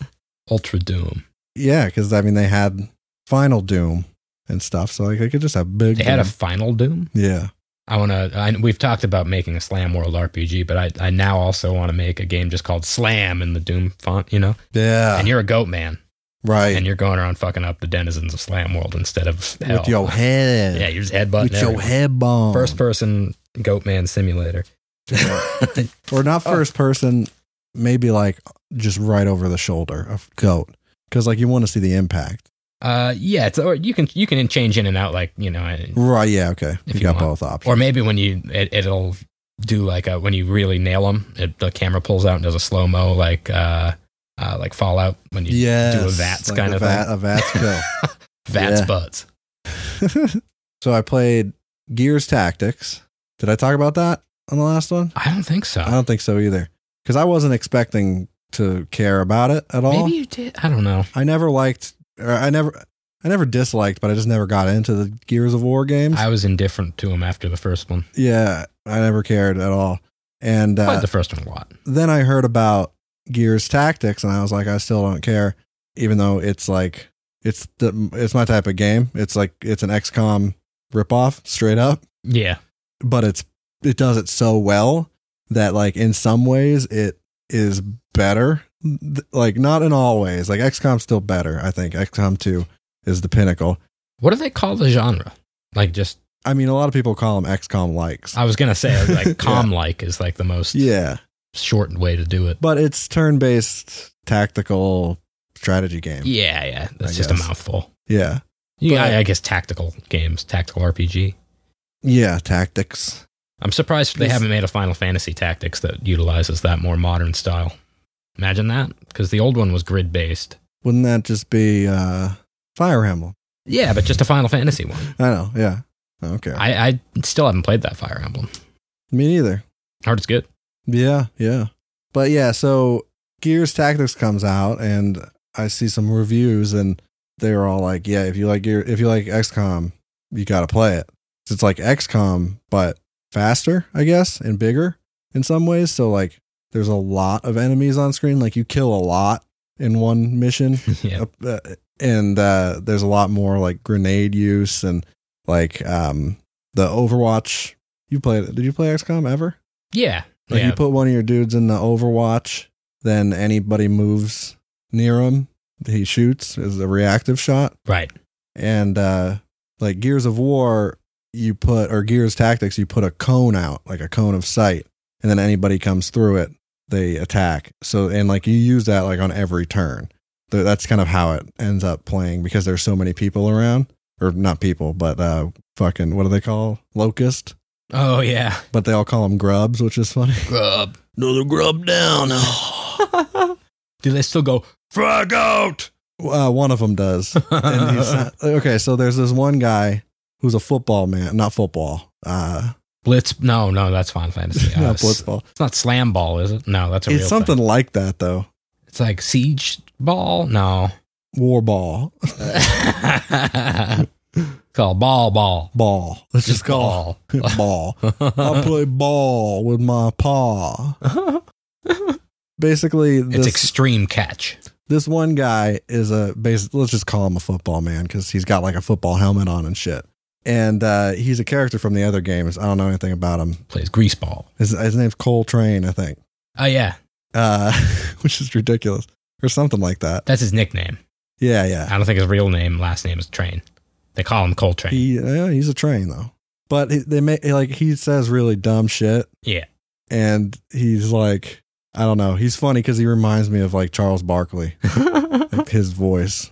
Ultra Doom. yeah, because I mean they had Final Doom and stuff, so like they could just have big. They had a Doom. final Doom. yeah. I want to. We've talked about making a Slam World RPG, but I, I now also want to make a game just called Slam in the Doom font. You know, Yeah, and you're a goat man, right. and you're going around fucking up the denizens of Slam World instead of hell. with your head. Yeah, you're just headbutting with your everyone. head bomb. First person Goatman simulator. or not Oh. first person, maybe like just right over the shoulder of goat, because like you want to see the impact. uh, yeah, it's, or you can you can change in and out like you know, Right? Yeah. Okay. You, If you got want. both options. or maybe when you it, it'll do like a, when you really nail them, it, the camera pulls out and does a slow mo like uh, uh like Fallout when you yes, do a Vats like kind a of vat, thing. a Vats kill. Vats Yeah. butts. so I played Gears Tactics. Did I talk about that on the last one? I don't think so. I don't think so either, because I wasn't expecting to care about it at all. maybe you did. I don't know. I never liked, or I never, I never disliked, but I just never got into the Gears of War games. I was indifferent to him after the first one. yeah, I never cared at all. And I uh, played the first one a lot. then I heard about Gears Tactics, and I was like, I still don't care, even though it's like it's the it's my type of game. It's like it's an XCOM ripoff, straight up. Yeah, But it's it does it so well that like in some ways it is better. Th- Like not in all ways. Like XCOM's still better. I think XCOM two is the pinnacle. what do they call the genre? Like just I mean, a lot of people call them XCOM likes. I was gonna say Yeah. like com like is like the most Yeah. shortened way to do it. but it's turn-based tactical strategy game. Yeah, Yeah, yeah. That's I just a guess. mouthful. yeah, Yeah, But- I, I guess tactical games, tactical RPG. tactics. I'm surprised they Yes. haven't made a Final Fantasy Tactics that utilizes that more modern style. Imagine that, because the old one was grid based. Wouldn't that just be uh, Fire Emblem? Yeah, but just a Final Fantasy one. I know. Yeah, okay. I, I still haven't played that Fire Emblem. Me neither. Heard it's good. Yeah, yeah. But yeah, so Gears Tactics comes out, and I see some reviews, and they're all like, "Yeah, if you like Gear, if you like XCOM, you got to play it. It's like XCOM, but faster, I guess, and bigger in some ways. So like, there's a lot of enemies on screen. Like you kill a lot in one mission, yeah, uh, uh, and uh, there's a lot more like grenade use and like um, the Overwatch. You played? Did you play XCOM ever? Yeah. Like yeah. you put one of your dudes in the Overwatch, then anybody moves near him, he shoots as a reactive shot. right. And uh, like Gears of War, you put or Gears Tactics, you put a cone out, like a cone of sight, and then anybody comes through it, they attack. So and like you use that like on every turn. Th- That's kind of how it ends up playing because there's so many people around, or not people, but uh, fucking what do they call locust? Oh yeah. But they all call them grubs, which is funny. Grub. Another grub down. Do they still go frog out? Uh, one of them does. And he's not- okay, so there's this one guy who's a football man, not football. Uh, Blitz? No, no, that's Final Fantasy. Uh, not s- blitzball. It's not slam ball, is it? No, that's a real It's something Thing. like that though. It's like siege ball. No, War ball, call ball ball. ball. Let's just, call ball. it ball. I play ball with my paw. Basically, it's this extreme catch. this one guy is a base. Let's just call him a football man because he's got like a football helmet on and shit. And uh, he's a character from the other games. I don't know anything about him. Plays grease ball. His, his name's Cole Train, I think. Oh yeah, uh, which is ridiculous, or something like that. that's his nickname. Yeah, yeah. I don't think his real name. Last name is Train. They call him Coltrane. He yeah, he's a train though, but he, they make like he says really dumb shit, yeah. and he's like, I don't know. He's funny because he reminds me of like Charles Barkley, like his voice.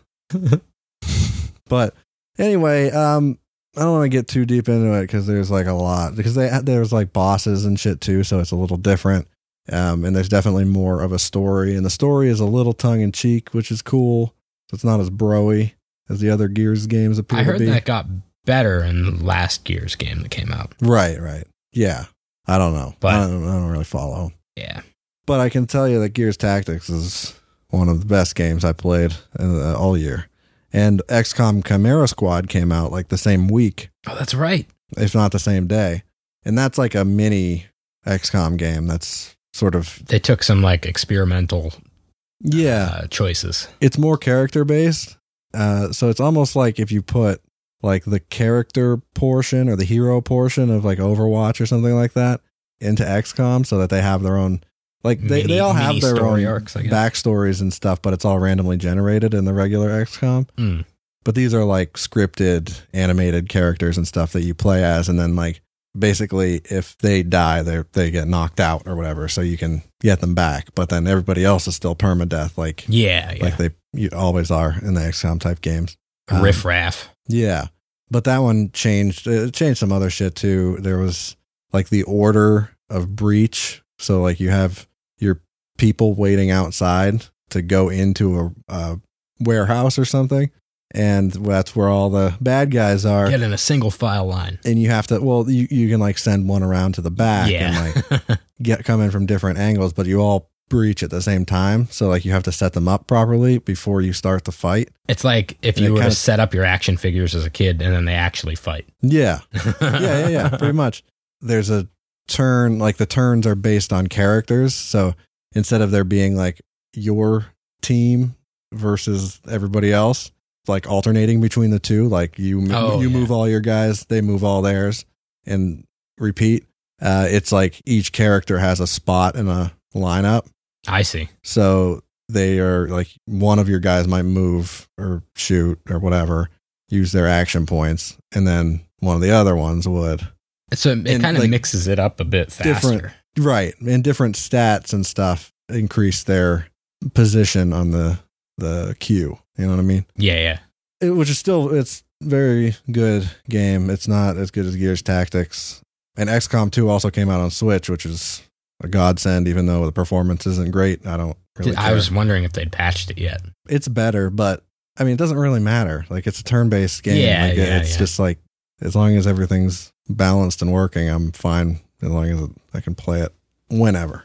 but anyway, um, I don't want to get too deep into it because there's like a lot because they there's like bosses and shit too, so it's a little different. Um, and there's definitely more of a story, and the story is a little tongue in cheek, which is cool. So it's not as broy as the other Gears games appear I to heard be. that got better in last year's game that came out. Right, right. Yeah, I don't know. But- I, don't, I don't really follow, Yeah. but I can tell you that Gears Tactics is one of the best games I played uh, all year. And XCOM Chimera Squad came out like the same week, Oh, that's right. if not the same day. And that's like a mini XCOM game. That's sort of They took some like experimental yeah. uh, choices. It's more character based. Uh, so it's almost like if you put like the character portion or the hero portion of like Overwatch or something like that into XCOM, so that they have their own like they, Mini- they all have mini their story own arcs, I guess. backstories and stuff, but it's all randomly generated in the regular XCOM. Mm. but these are like scripted animated characters and stuff that you play as and then like basically if they die they they get knocked out or whatever so you can get them back but then everybody else is still permadeath like Yeah, yeah. like they you always are in the XCOM type games um, Riff raff. yeah but that one changed uh, it changed some other shit too there was like the order of breach so like you have your people waiting outside to go into a, a warehouse or something and that's where all the bad guys are Get in a single file line. and you have to well you, you can like send one around to the back and like yeah. get come in from different angles but you all breach at the same time so like you have to set them up properly before you start the fight it's like if And it you were to kinda- set up your action figures as a kid and then they actually fight. yeah yeah, yeah, yeah, pretty much. There's a turn, like the turns are based on characters. So instead of there being like your team versus everybody else, like alternating between the two, like you Oh, you yeah. move all your guys, they move all theirs, and repeat. Uh, it's like each character has a spot in a lineup. I see. So they are like one of your guys might move or shoot or whatever, use their action points, and then one of the other ones would. So it And, kind of like, mixes it up a bit different- faster. Right. And different stats and stuff increase their position on the the queue. You know what I mean? Yeah, yeah. It, which is still it's very good game. It's not as good as Gears Tactics. And XCOM 2 also came out on Switch, which is a godsend even though the performance isn't great. I don't really I care. was wondering if they'd patched it yet. it's better, but I mean, it doesn't really matter. Like it's a turn-based game. Yeah, like, yeah, it's yeah. just like as long as everything's balanced and working, I'm fine. As long as I can play it whenever.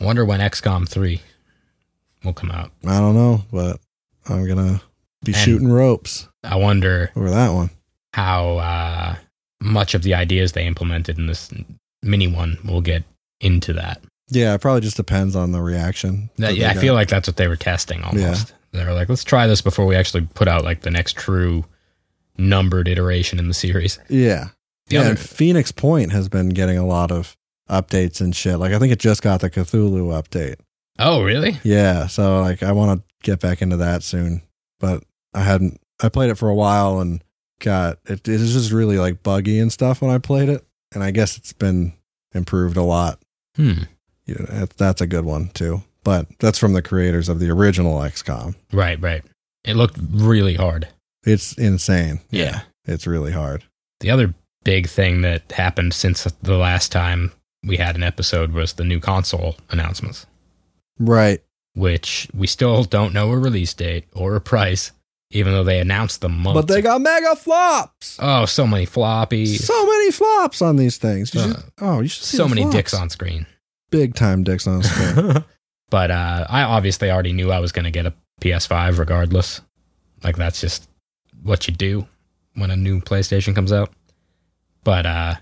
I wonder when XCOM 3 will come out. I don't know, but I'm gonna be And- shooting ropes I wonder over that one. how uh, much of the ideas they implemented in this mini one will get into that. Yeah, it probably just depends on the reaction. That- yeah, I feel like that's what they were testing almost. They're like, let's try this before we actually put out like the next true numbered iteration in the series. Yeah. The yeah, other- and Phoenix Point has been getting a lot of updates and shit. Like I think it just got the Cthulhu update. oh, really? Yeah, so like I want to get back into that soon, but I hadn't. I played it for a while and got it. It was just really like buggy and stuff when I played it, and I guess it's been improved a lot. Hmm. You know, that- that's a good one too. But that's from the creators of the original XCOM. Right, right. It looked really hard. It's insane. Yeah. it's really hard. The other big thing that happened since the last time we had an episode was the new console announcements, Right. which we still don't know a release date or a price, even though they announced them months. But they got mega flops. oh, so many floppy, So many flops on these things. Did you- Uh, oh, you should see so the many flops. dicks on screen. big time dicks on screen. but uh, I obviously already knew I was going to get a PS5 regardless. Like that's just what you do when a new PlayStation comes out. But uh,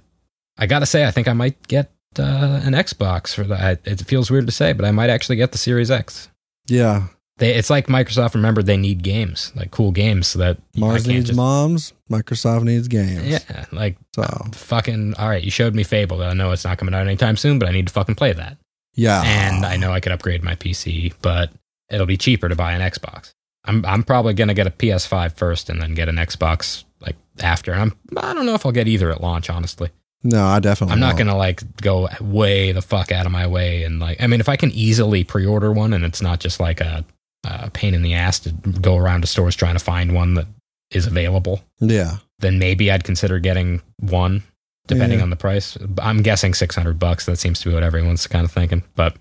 I gotta say, I think I might get uh, an Xbox for that. It feels weird to say, but I might actually get the Series X. yeah, They, it's like Microsoft remembered they need games, like cool games, so that I Mars can't needs just- moms. Microsoft needs games. Yeah, like So fucking. All right, you showed me Fable. I know it's not coming out anytime soon, but I need to fucking play that. yeah, and I know I could upgrade my PC, but it'll be cheaper to buy an Xbox. I'm I'm probably gonna get a PS5 first and then get an Xbox like after. And I'm I don't know if I'll get either at launch. Honestly, No, I definitely. I'm not won't. gonna like go way the fuck out of my way and like I mean if I can easily pre-order one and it's not just like a, a pain in the ass to go around to stores trying to find one that is available, Yeah, then maybe I'd consider getting one depending Yeah. on the price. I'm guessing 600 bucks. That seems to be what everyone's kind of thinking. But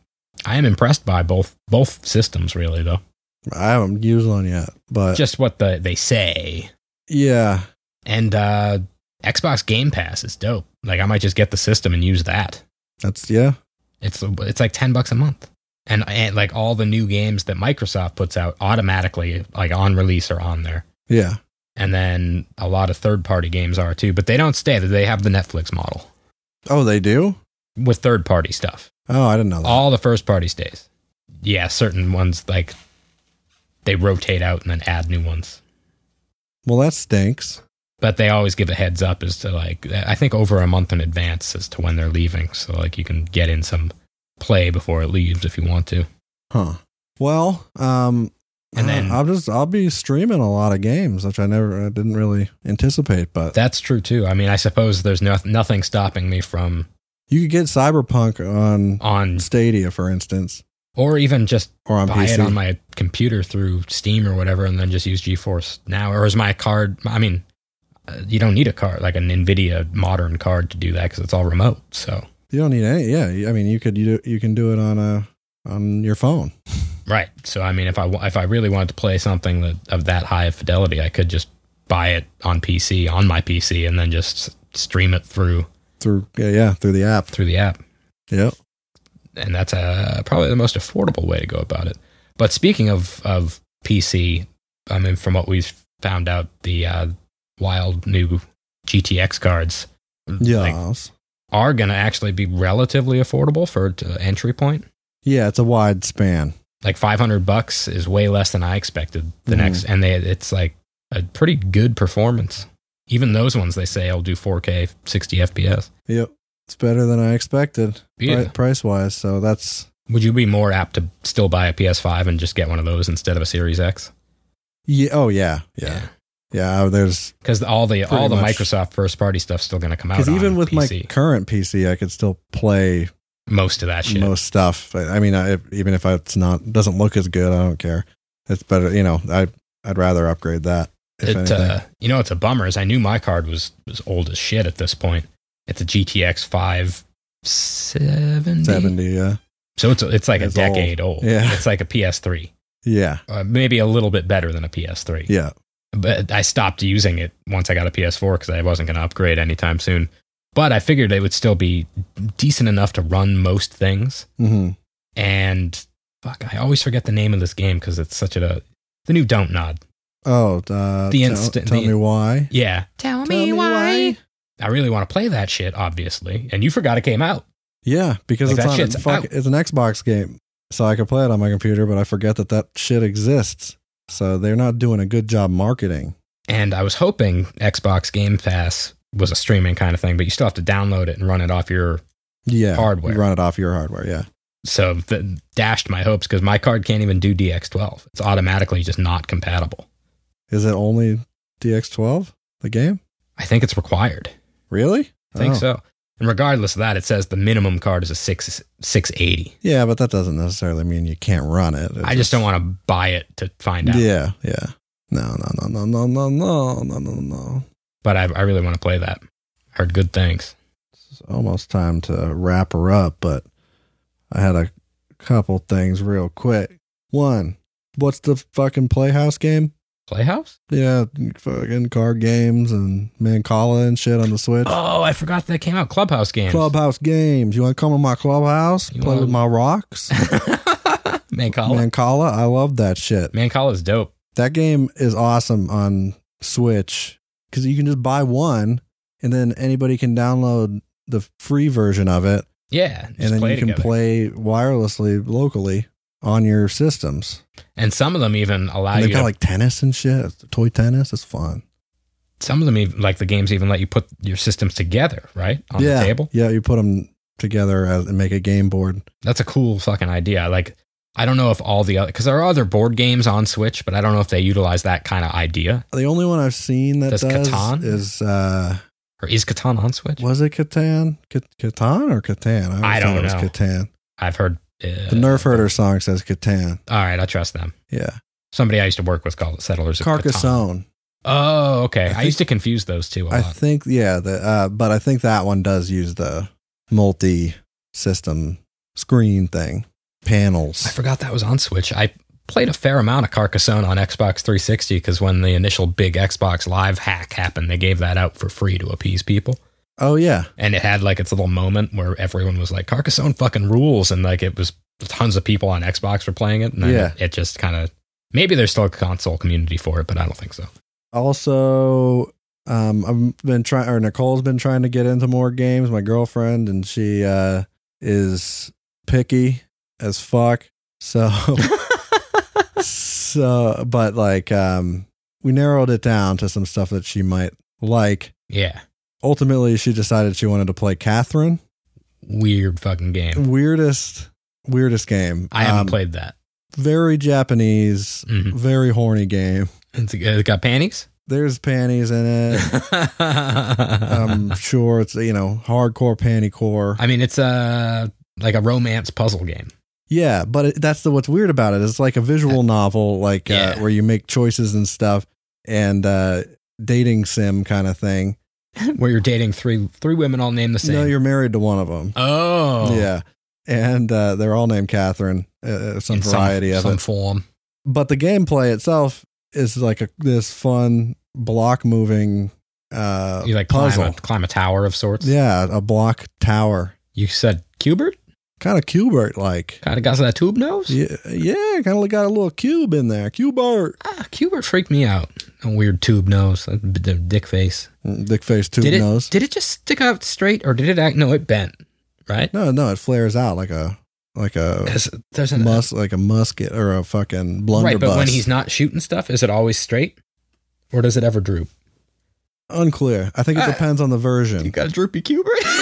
I am impressed by both both systems, really, though. I haven't used one yet, but Just what the they say. yeah, And uh, Xbox Game Pass is dope. Like I might just get the system and use that. that's yeah, It's it's like 10 bucks a month. And, and like all the new games that Microsoft puts out automatically, like on release, are on there. yeah, And then a lot of third party games are too, but they don't stay. They have the Netflix model oh, they do. with third party stuff. Oh, I didn't know that. all the first party stays. Yeah, certain ones like they rotate out and then add new ones. well, that stinks. But they always give a heads up as to like I think over a month in advance as to when they're leaving, so like you can get in some play before it leaves if you want to. Huh. Well, um, And and then- then I'll just I'll be streaming a lot of games, which I never I didn't really anticipate, but That's true too. I mean, I suppose there's no, nothing stopping me from you could get Cyberpunk on on Stadia, for instance, or even just or on buy PC. it on my computer through Steam or whatever, and then just use GeForce now. Or is my card? I mean, uh, you don't need a card like an NVIDIA modern card to do that because it's all remote. So you don't need any. Yeah, I mean, you could you do, you can do it on a on your phone. right. So I mean, if I wa- if I really wanted to play something that of that high of fidelity, I could just buy it on PC on my PC and then just s- stream it through through yeah, yeah through the app. through the app. Yep. and that's uh, probably the most affordable way to go about it. But speaking of of PC, I mean, from what we've found out, the uh, wild new GTX cards Yeah. like, are going to actually be relatively affordable for to entry point. yeah, it's a wide span. Like five hundred bucks is way less than I expected. The Mhm. next, and they it's like a pretty good performance. Even those ones they say will do 4K 60 FPS. Yep. It's better than I expected Yeah. price wise. So that's Would you be more apt to still buy a PS5 and just get one of those instead of a Series X? yeah, oh yeah. Yeah. Yeah, there's because all the all the much. Microsoft first party stuff's still going to come out. cuz on even with my PC. current PC, I could still play most of that shit, most stuff. I, I mean, I, even if it's not doesn't look as good, I don't care. It's better, you know, I I'd rather upgrade that if it, anything. uh, you know, it's a bummer. Is I knew my card was was old as shit at this point. It's a GTX five seventy, 70, yeah. so it's it's like It's a decade old. Yeah. it's like a PS3, Yeah. uh, maybe a little bit better than a PS3. Yeah. But I stopped using it once I got a PS4 because I wasn't going to upgrade anytime soon. But I figured it would still be decent enough to run most things. Mhm. and fuck, I always forget the name of this game because it's such a the new Don't Nod. Oh, uh, The tell- instant- tell the- me why. Yeah, Tell me why. I really want to play that shit, obviously, and you forgot it came out. Yeah, because Like, it's that on shit's fuck, out. it's an Xbox game, so I could play it on my computer, but I forget that that shit exists. So they're not doing a good job marketing. And I was hoping Xbox Game Pass was a streaming kind of thing, but you still have to download it and run it off your. Yeah, Hardware. You run it off your hardware. Yeah, So that dashed my hopes because my card can't even do DX12. It's automatically just not compatible. is it only DX12 the game? I think it's required. Really? I think Oh. so. And regardless of that, it says the minimum card is a six six eighty. Yeah, but that doesn't necessarily mean you can't run it. It's I just don't want to buy it to find out. Yeah, yeah. No, no, no, no, no, no, no, no, no, no. But I, I really want to play that. Heard good things. It's almost time to wrap her up, but I had a couple things real quick. One, what's the fucking Playhouse game? Playhouse? Yeah, fucking card games and Mancala and shit on the Switch. Oh, I forgot that came out. Clubhouse games. Clubhouse games. You want to come to my clubhouse? You play wanna- with my rocks? Mancala. Mancala, I love that shit. Mancala's dope. That game is awesome on Switch because you can just buy one and then anybody can download the free version of it Yeah. just and then you can together. play wirelessly locally on your systems. And some of them even allow And Ah, you they've got to, like tennis and shit, It's toy tennis. It's fun. some of them even like the games even let you put your systems together, right? On yeah. the table. Yeah, you put them together as, and make a game board. That's a cool fucking idea. Like, I don't know if all the other, because there are other board games on Switch, but I don't know if they utilize that kind of idea. The only one I've seen that Does does, Catan? is uh, Or is Catan on Switch? was it Catan? Cat- Catan or Catan? always I thought don't it was know. Catan. I've heard. Uh, The Nerf Herder song says Catan. All right, I trust them. Yeah. Somebody I used to work with called Settlers of Catan. Carcassonne. Oh, okay. I I, think- used to confuse those two a I lot. think yeah, the, uh, but I think that one does use the multi-system screen thing, I panels. forgot that was on Switch. I played a fair amount of Carcassonne on Xbox 360 because when the initial big Xbox Live hack happened, they gave that out for free to appease people. Oh yeah, And it had like its little moment where everyone was like, Carcassonne fucking rules. And like it was tons of people on Xbox were playing it. And then Yeah. it, it just kind of, maybe there's still a console community for it, but I don't think so. Also, um, I've been trying, or Nicole's been trying to get into more games. My girlfriend, and she uh, is picky as fuck. So, so, but like, um, we narrowed it down to some stuff that she might like. Yeah. Ultimately, she decided she wanted to play Catherine. Weird fucking game. weirdest weirdest game I haven't Um, played that. very japanese Mhm. very horny game It's, it's got panties. there's panties in it i'm sure it's you know hardcore pantycore I mean, it's a like a romance puzzle game. yeah but it, that's the what's weird about it it's like a visual novel like uh, Yeah. where you make choices and stuff and uh dating sim kind of thing where you're dating three three women all named the same. no you're married to one of them oh, yeah and uh, they're all named catherine uh, some In variety some, of some it form. but the gameplay itself is like a this fun block moving uh You like puzzle. climb a, climb a tower of sorts. yeah, a block tower. You said Cubert? Kind of Cubert like. Kind of got that tube nose. Yeah, yeah, kind of got a little cube in there. Cubert. Ah, Cubert freaked me out. A weird tube nose, a b- the dick face. Mm, Dick face tube did it? nose. Did it just stick out straight, or did it act? No, it bent. Right? No, no, it flares out like a like a Because there's an mus like a musket or a fucking blunderbuss. right, but when he's not shooting stuff, is it always straight, or does it ever droop? unclear. I think it Ah. depends on the version. got a droopy Cubert.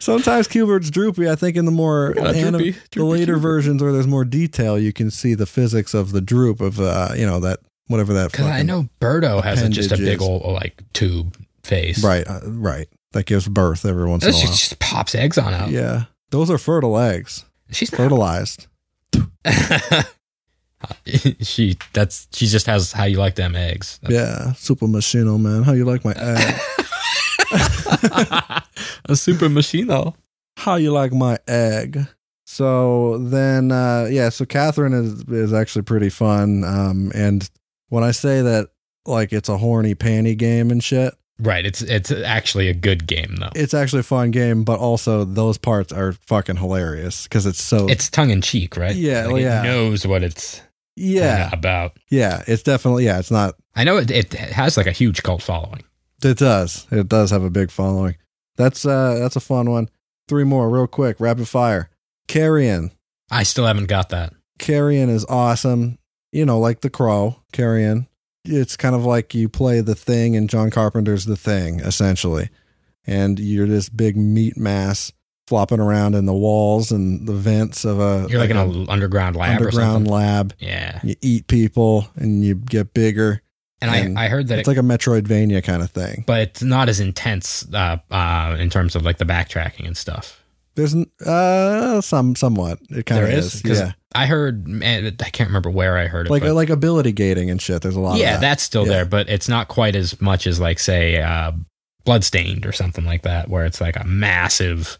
Sometimes Cubert's droopy. I think in the more anim- the later versions where there's more detail, you can see the physics of the droop of uh, you know that whatever that. Because I fucking- know Birdo has a, just a appendages. big old like tube face. right, uh, right. That gives birth every once This in a just, while. just pops eggs on out. Yeah, those are fertile eggs, She's not. fertilized. she that's she just has how you like them eggs. Yeah, super machino man. How you like my egg? a super machino. How you like my egg? So then, uh, yeah. So Catherine is is actually pretty fun. Um, and when I say that, like, it's a horny panty game and shit. Right. It's it's actually a good game though. it's actually a fun game, but also those parts are fucking hilarious because it's so It's tongue in cheek, right? Yeah, Like, yeah. It knows what it's yeah kinda about. yeah it's definitely yeah it's not I know it, it has like a huge cult following. it does it does have a big following. That's uh that's a fun one. Three more real quick rapid fire. Carrion I still haven't got that. Carrion is awesome. You know, like the Crow, Carrion. It's kind of like you play the thing, and John Carpenter's the thing, essentially. And you're this big meat mass flopping around in the walls and the vents of a You're like in a an underground lab or underground something. lab. Yeah. You eat people and you get bigger. And, And I, I heard that it, It's like a Metroidvania kind of thing. but it's not as intense uh, uh, in terms of like the backtracking and stuff. There's n- uh some somewhat it kind of There is, is? 'Cause yeah I heard, man, I can't remember where I heard it. like but- like ability gating and shit. There's a lot. yeah, of that. that's still Yeah. there, but it's not quite as much as like say uh, Bloodstained or something like that, where it's like a massive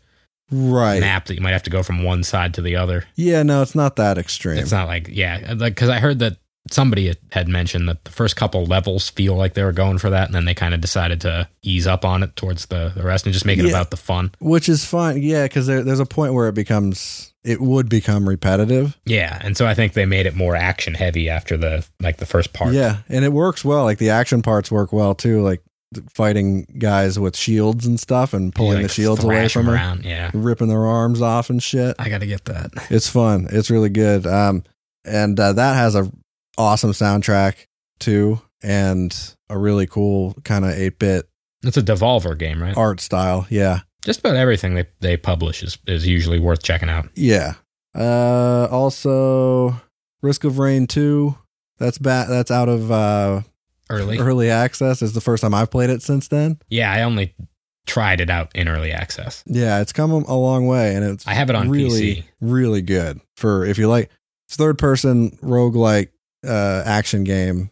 right. map that you might have to go from one side to the other. Yeah, no, it's not that extreme. It's not like yeah, like because I heard that somebody had mentioned that the first couple levels feel like they were going for that, and then they kind of decided to ease up on it towards the, the rest and just make it Yeah. about the fun. which is fine. Yeah, because there, there's a point where it becomes it would become repetitive. Yeah, and so I think they made it more action heavy after the like the first part. Yeah, and it works well. Like the action parts work well too. Like th- fighting guys with shields and stuff, and You, pulling like, the shields away thrash 'em from her, around. Yeah, ripping their arms off and shit. I got to get that. It's fun. It's really good. Um, and uh, that has a awesome soundtrack too, and a really cool kind of eight bit It's a Devolver game, right? art style. Yeah. Just about everything they, they publish is, is usually worth checking out. Yeah. Uh also Risk of Rain 2. That's ba- that's out of uh Early. early access. It's the first time I've played it since then. Yeah, I only tried it out in early access. Yeah, it's come a long way and it's I have it on really PC. really good for if you like it's third person roguelike uh action game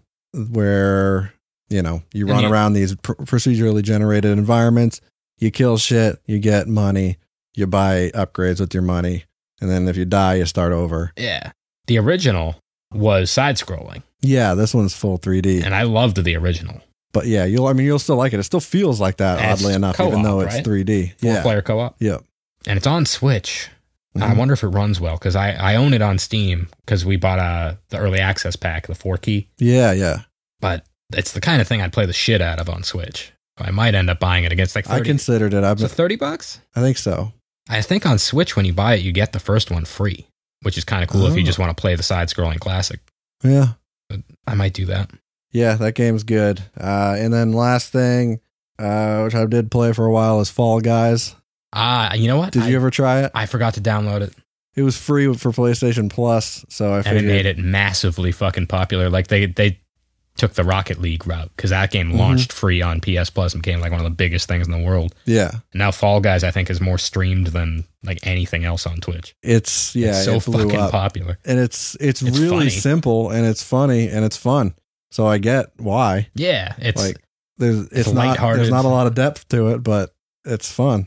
where you know, you And run you- around these pr- procedurally generated environments, you kill shit, you get money, you buy upgrades with your money, and then if you die, you start over. Yeah. The original was side scrolling, Yeah, this one's full 3D. and I loved the original. But yeah, you'll. I mean, you'll still like it. It still feels like that, And it's oddly enough, co-op, even though it's right? 3D. Four Yeah, Mm-hmm. player co op. Yeah. And it's on Switch. I wonder if it runs well because I, I own it on Steam because we bought uh, the early access pack, the four key, yeah, yeah. but it's the kind of thing I'd play the shit out of on Switch. I might end up buying it against like 30. I considered it. I, so 30 bucks? I think so. I think on Switch, when you buy it, you get the first one free, which is kind of cool if you Oh. just want to play the side scrolling classic. Yeah, I might do that. yeah. That game's good. Uh, and then last thing, uh, which I did play for a while, is Fall Guys. Ah, you know what? Did I, you ever try it? I forgot to download it, It was free for PlayStation Plus, so I and figured. it made it massively fucking popular. Like they they took the Rocket League route because that Mm-hmm. game launched free on PS Plus and became like one of the biggest things in the world. Yeah, And now Fall Guys, I think, is more streamed than like anything else on Twitch. it's yeah, it's so it blew fucking up. popular. and it's it's, It's really funny. simple and it's funny and it's fun. So I get why. Yeah, it's like there's it's, not lighthearted. there's not a lot of depth to it, but it's fun.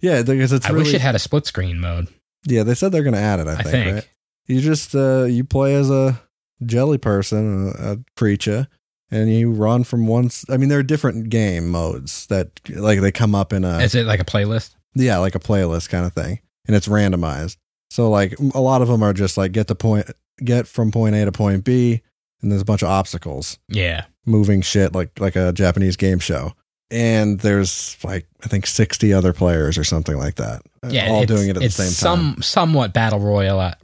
Yeah, because it's I really wish it had a split screen mode. yeah. They said they're going to add it. I I think. think. Right? You just uh, you play as a jelly person, a, a creature, and you run from one. s- I mean, there are different game modes that like they come up in a Is it like a playlist? yeah, like a playlist kind of thing, and it's randomized. So like a lot of them are just like get to point get from point A to point B, and there's a bunch of obstacles. Yeah, moving shit like like a Japanese game show. And there's like I think sixty other players or something like that, yeah, all it's- doing it at the it's same time. Some somewhat battle royale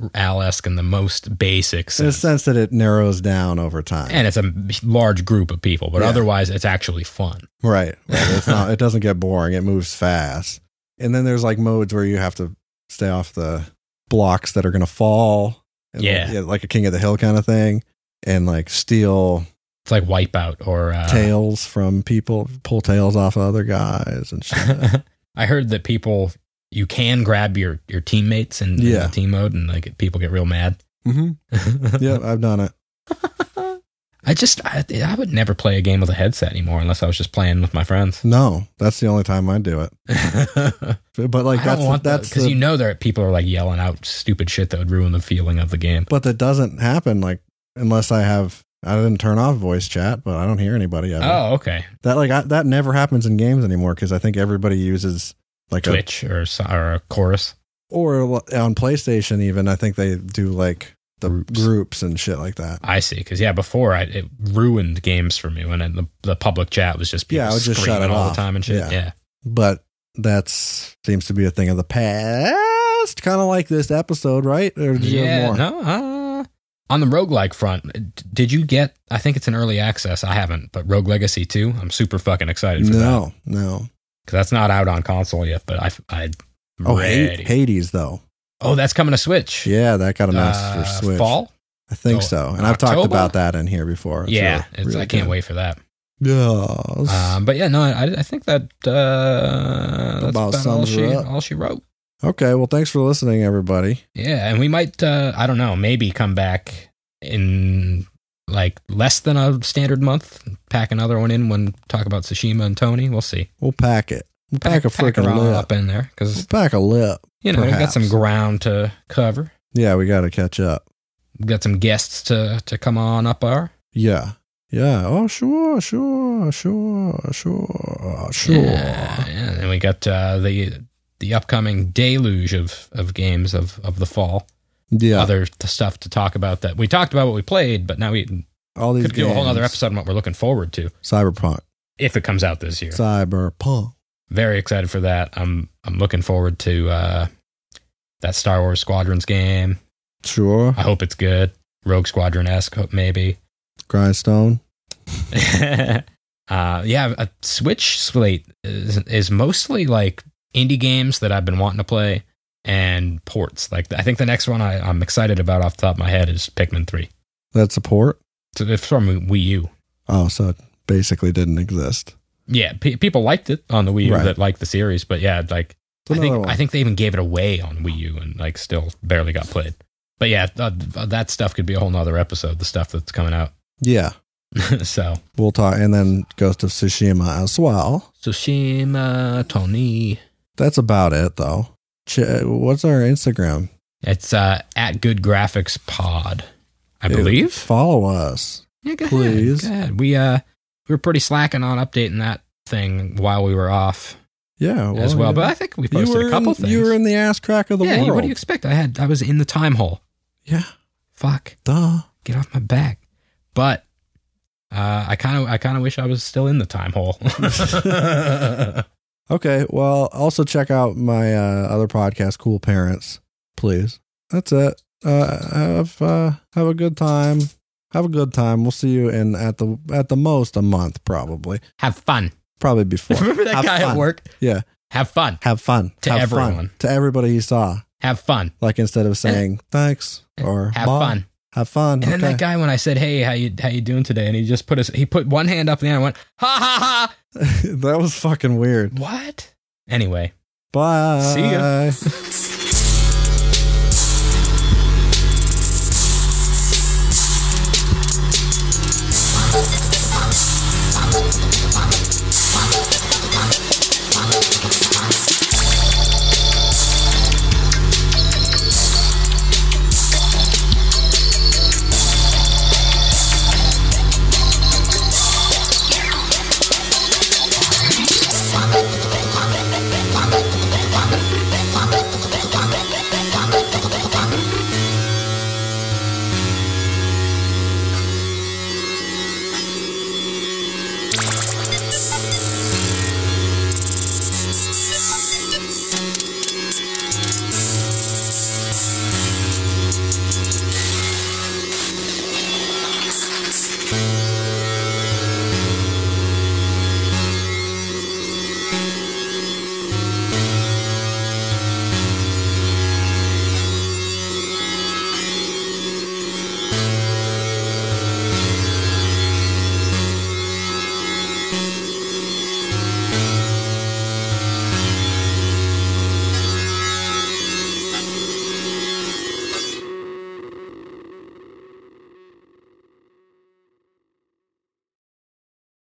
esque in the most basic In a sense, sense that it narrows down over time, and it's a large group of people, but Yeah. otherwise it's actually fun. right? right. It's not. It doesn't get boring. It moves fast. And then there's like modes where you have to stay off the blocks that are going to fall. And Yeah. like, like a King of the Hill kind of thing, and like steal It's like Wipeout or uh, tails from people, pull tails off of other guys and shit. I heard that people you can grab your your teammates in, in Yeah. the team mode, and like people get real mad. mm-hmm. Yeah, I've done it. I just I, I would never play a game with a headset anymore unless I was just playing with my friends. No, that's the only time I do it. I But like don't that's want that's because the- you know that people are like yelling out stupid shit that would ruin the feeling of the game. but that doesn't happen like unless I have I didn't turn off voice chat, but I don't hear anybody ever. Oh, okay. That like I, that never happens in games anymore because I think everybody uses like a Twitch or so- or a chorus. or on PlayStation even I think they do like the Groups. groups, and shit like that. I see. Because yeah, before I, it ruined games for me when it, the the public chat was just people Yeah, I would just shut screaming it all off. the time and shit. Yeah. Yeah. But that's seems to be a thing of the past. just kind of like this episode, right? Or did you have yeah, more? no. Uh, on the roguelike front, d- did you get? I think it's an early access. I haven't, but Rogue Legacy 2, I'm super fucking excited for that. no, no. 'Cause that's not out on console yet, but I, I, Oh, oh, ready. Ha- Hades though. oh, that's coming to Switch. Yeah, that got announced Uh, for Switch. Fall? I think Oh, so. And I've talked October? about that in here before. yeah. really- it's, really I can't good. wait for that. Yes. Um, but yeah, no, I, I think that uh, that's About about all sums she, her up. all she wrote. okay. Well, thanks for listening, everybody. Yeah, and we might uh I don't know, maybe come back in like less than a standard month, pack another one in when talk about Tsushima and Tony. We'll see. We'll pack it. We'll pack, a her freaking all lip. up in there We'll cuz pack a lip. you know, we got perhaps. some ground to cover. Yeah, we got to catch up. We got some guests to to come on up our. Yeah. Yeah. Oh, sure, sure, sure, sure, sure. Yeah, yeah. And we got uh the the upcoming deluge of of games of of the fall. Yeah. Other t- stuff to talk about that we talked about what we played, but now we All these could do a whole games. other episode on what we're looking forward to Cyberpunk. if it comes out this year. Cyberpunk. very excited for that. I'm I'm looking forward to uh, that Star Wars Squadrons game. Sure. I hope it's good. Rogue Squadron esque, maybe. Grindstone. uh, yeah, a Switch slate is, is mostly like indie games that I've been wanting to play and ports. Like I think the next one I, I'm excited about off the top of my head is Pikmin Three. That support. So it's from Wii U. Oh, so it basically didn't exist. Yeah, pe people liked it on the Wii U Right. that liked the series, but yeah, like It's I think another one. I think they even gave it away on Wii U and like still barely got played. But yeah, th- th- that stuff could be a whole nother episode. The stuff that's coming out. yeah. so We'll talk. And then Ghost of Tsushima as well. Tsushima Tony. That's about it, though. Ch- what's our Instagram? It's uh, at Good Graphics Pod, I believe. Follow us. Yeah, go please. Ahead, go ahead. We uh we were pretty slacking on updating that thing while we were off Oh, Yeah. as well. you- But I think we you posted were a couple in, things. You were in the ass crack of the yeah, you- world. what do you expect? I had I was in the time hole. yeah. Fuck. Duh. get off my back. But uh, I kind of I kind of wish I was still in the time hole. Okay. Well, also check out my uh, other podcast, Cool Parents, please. That's it. Uh, have uh, have a good time. Have a good time. We'll see you in at the at the most a month, probably, Have fun. probably before. Remember that Have guy fun. at work? Yeah. Have fun. Have fun To Have fun. everyone. to everybody you saw. Have fun. Like instead of saying thanks or Have "Bye," fun. have fun. And then okay. that guy, when I said, "Hey, how you how you doing today?" and he just put his he put one hand up in the air and went, "Ha ha that was fucking weird. ha!" What? Anyway. Bye. See ya.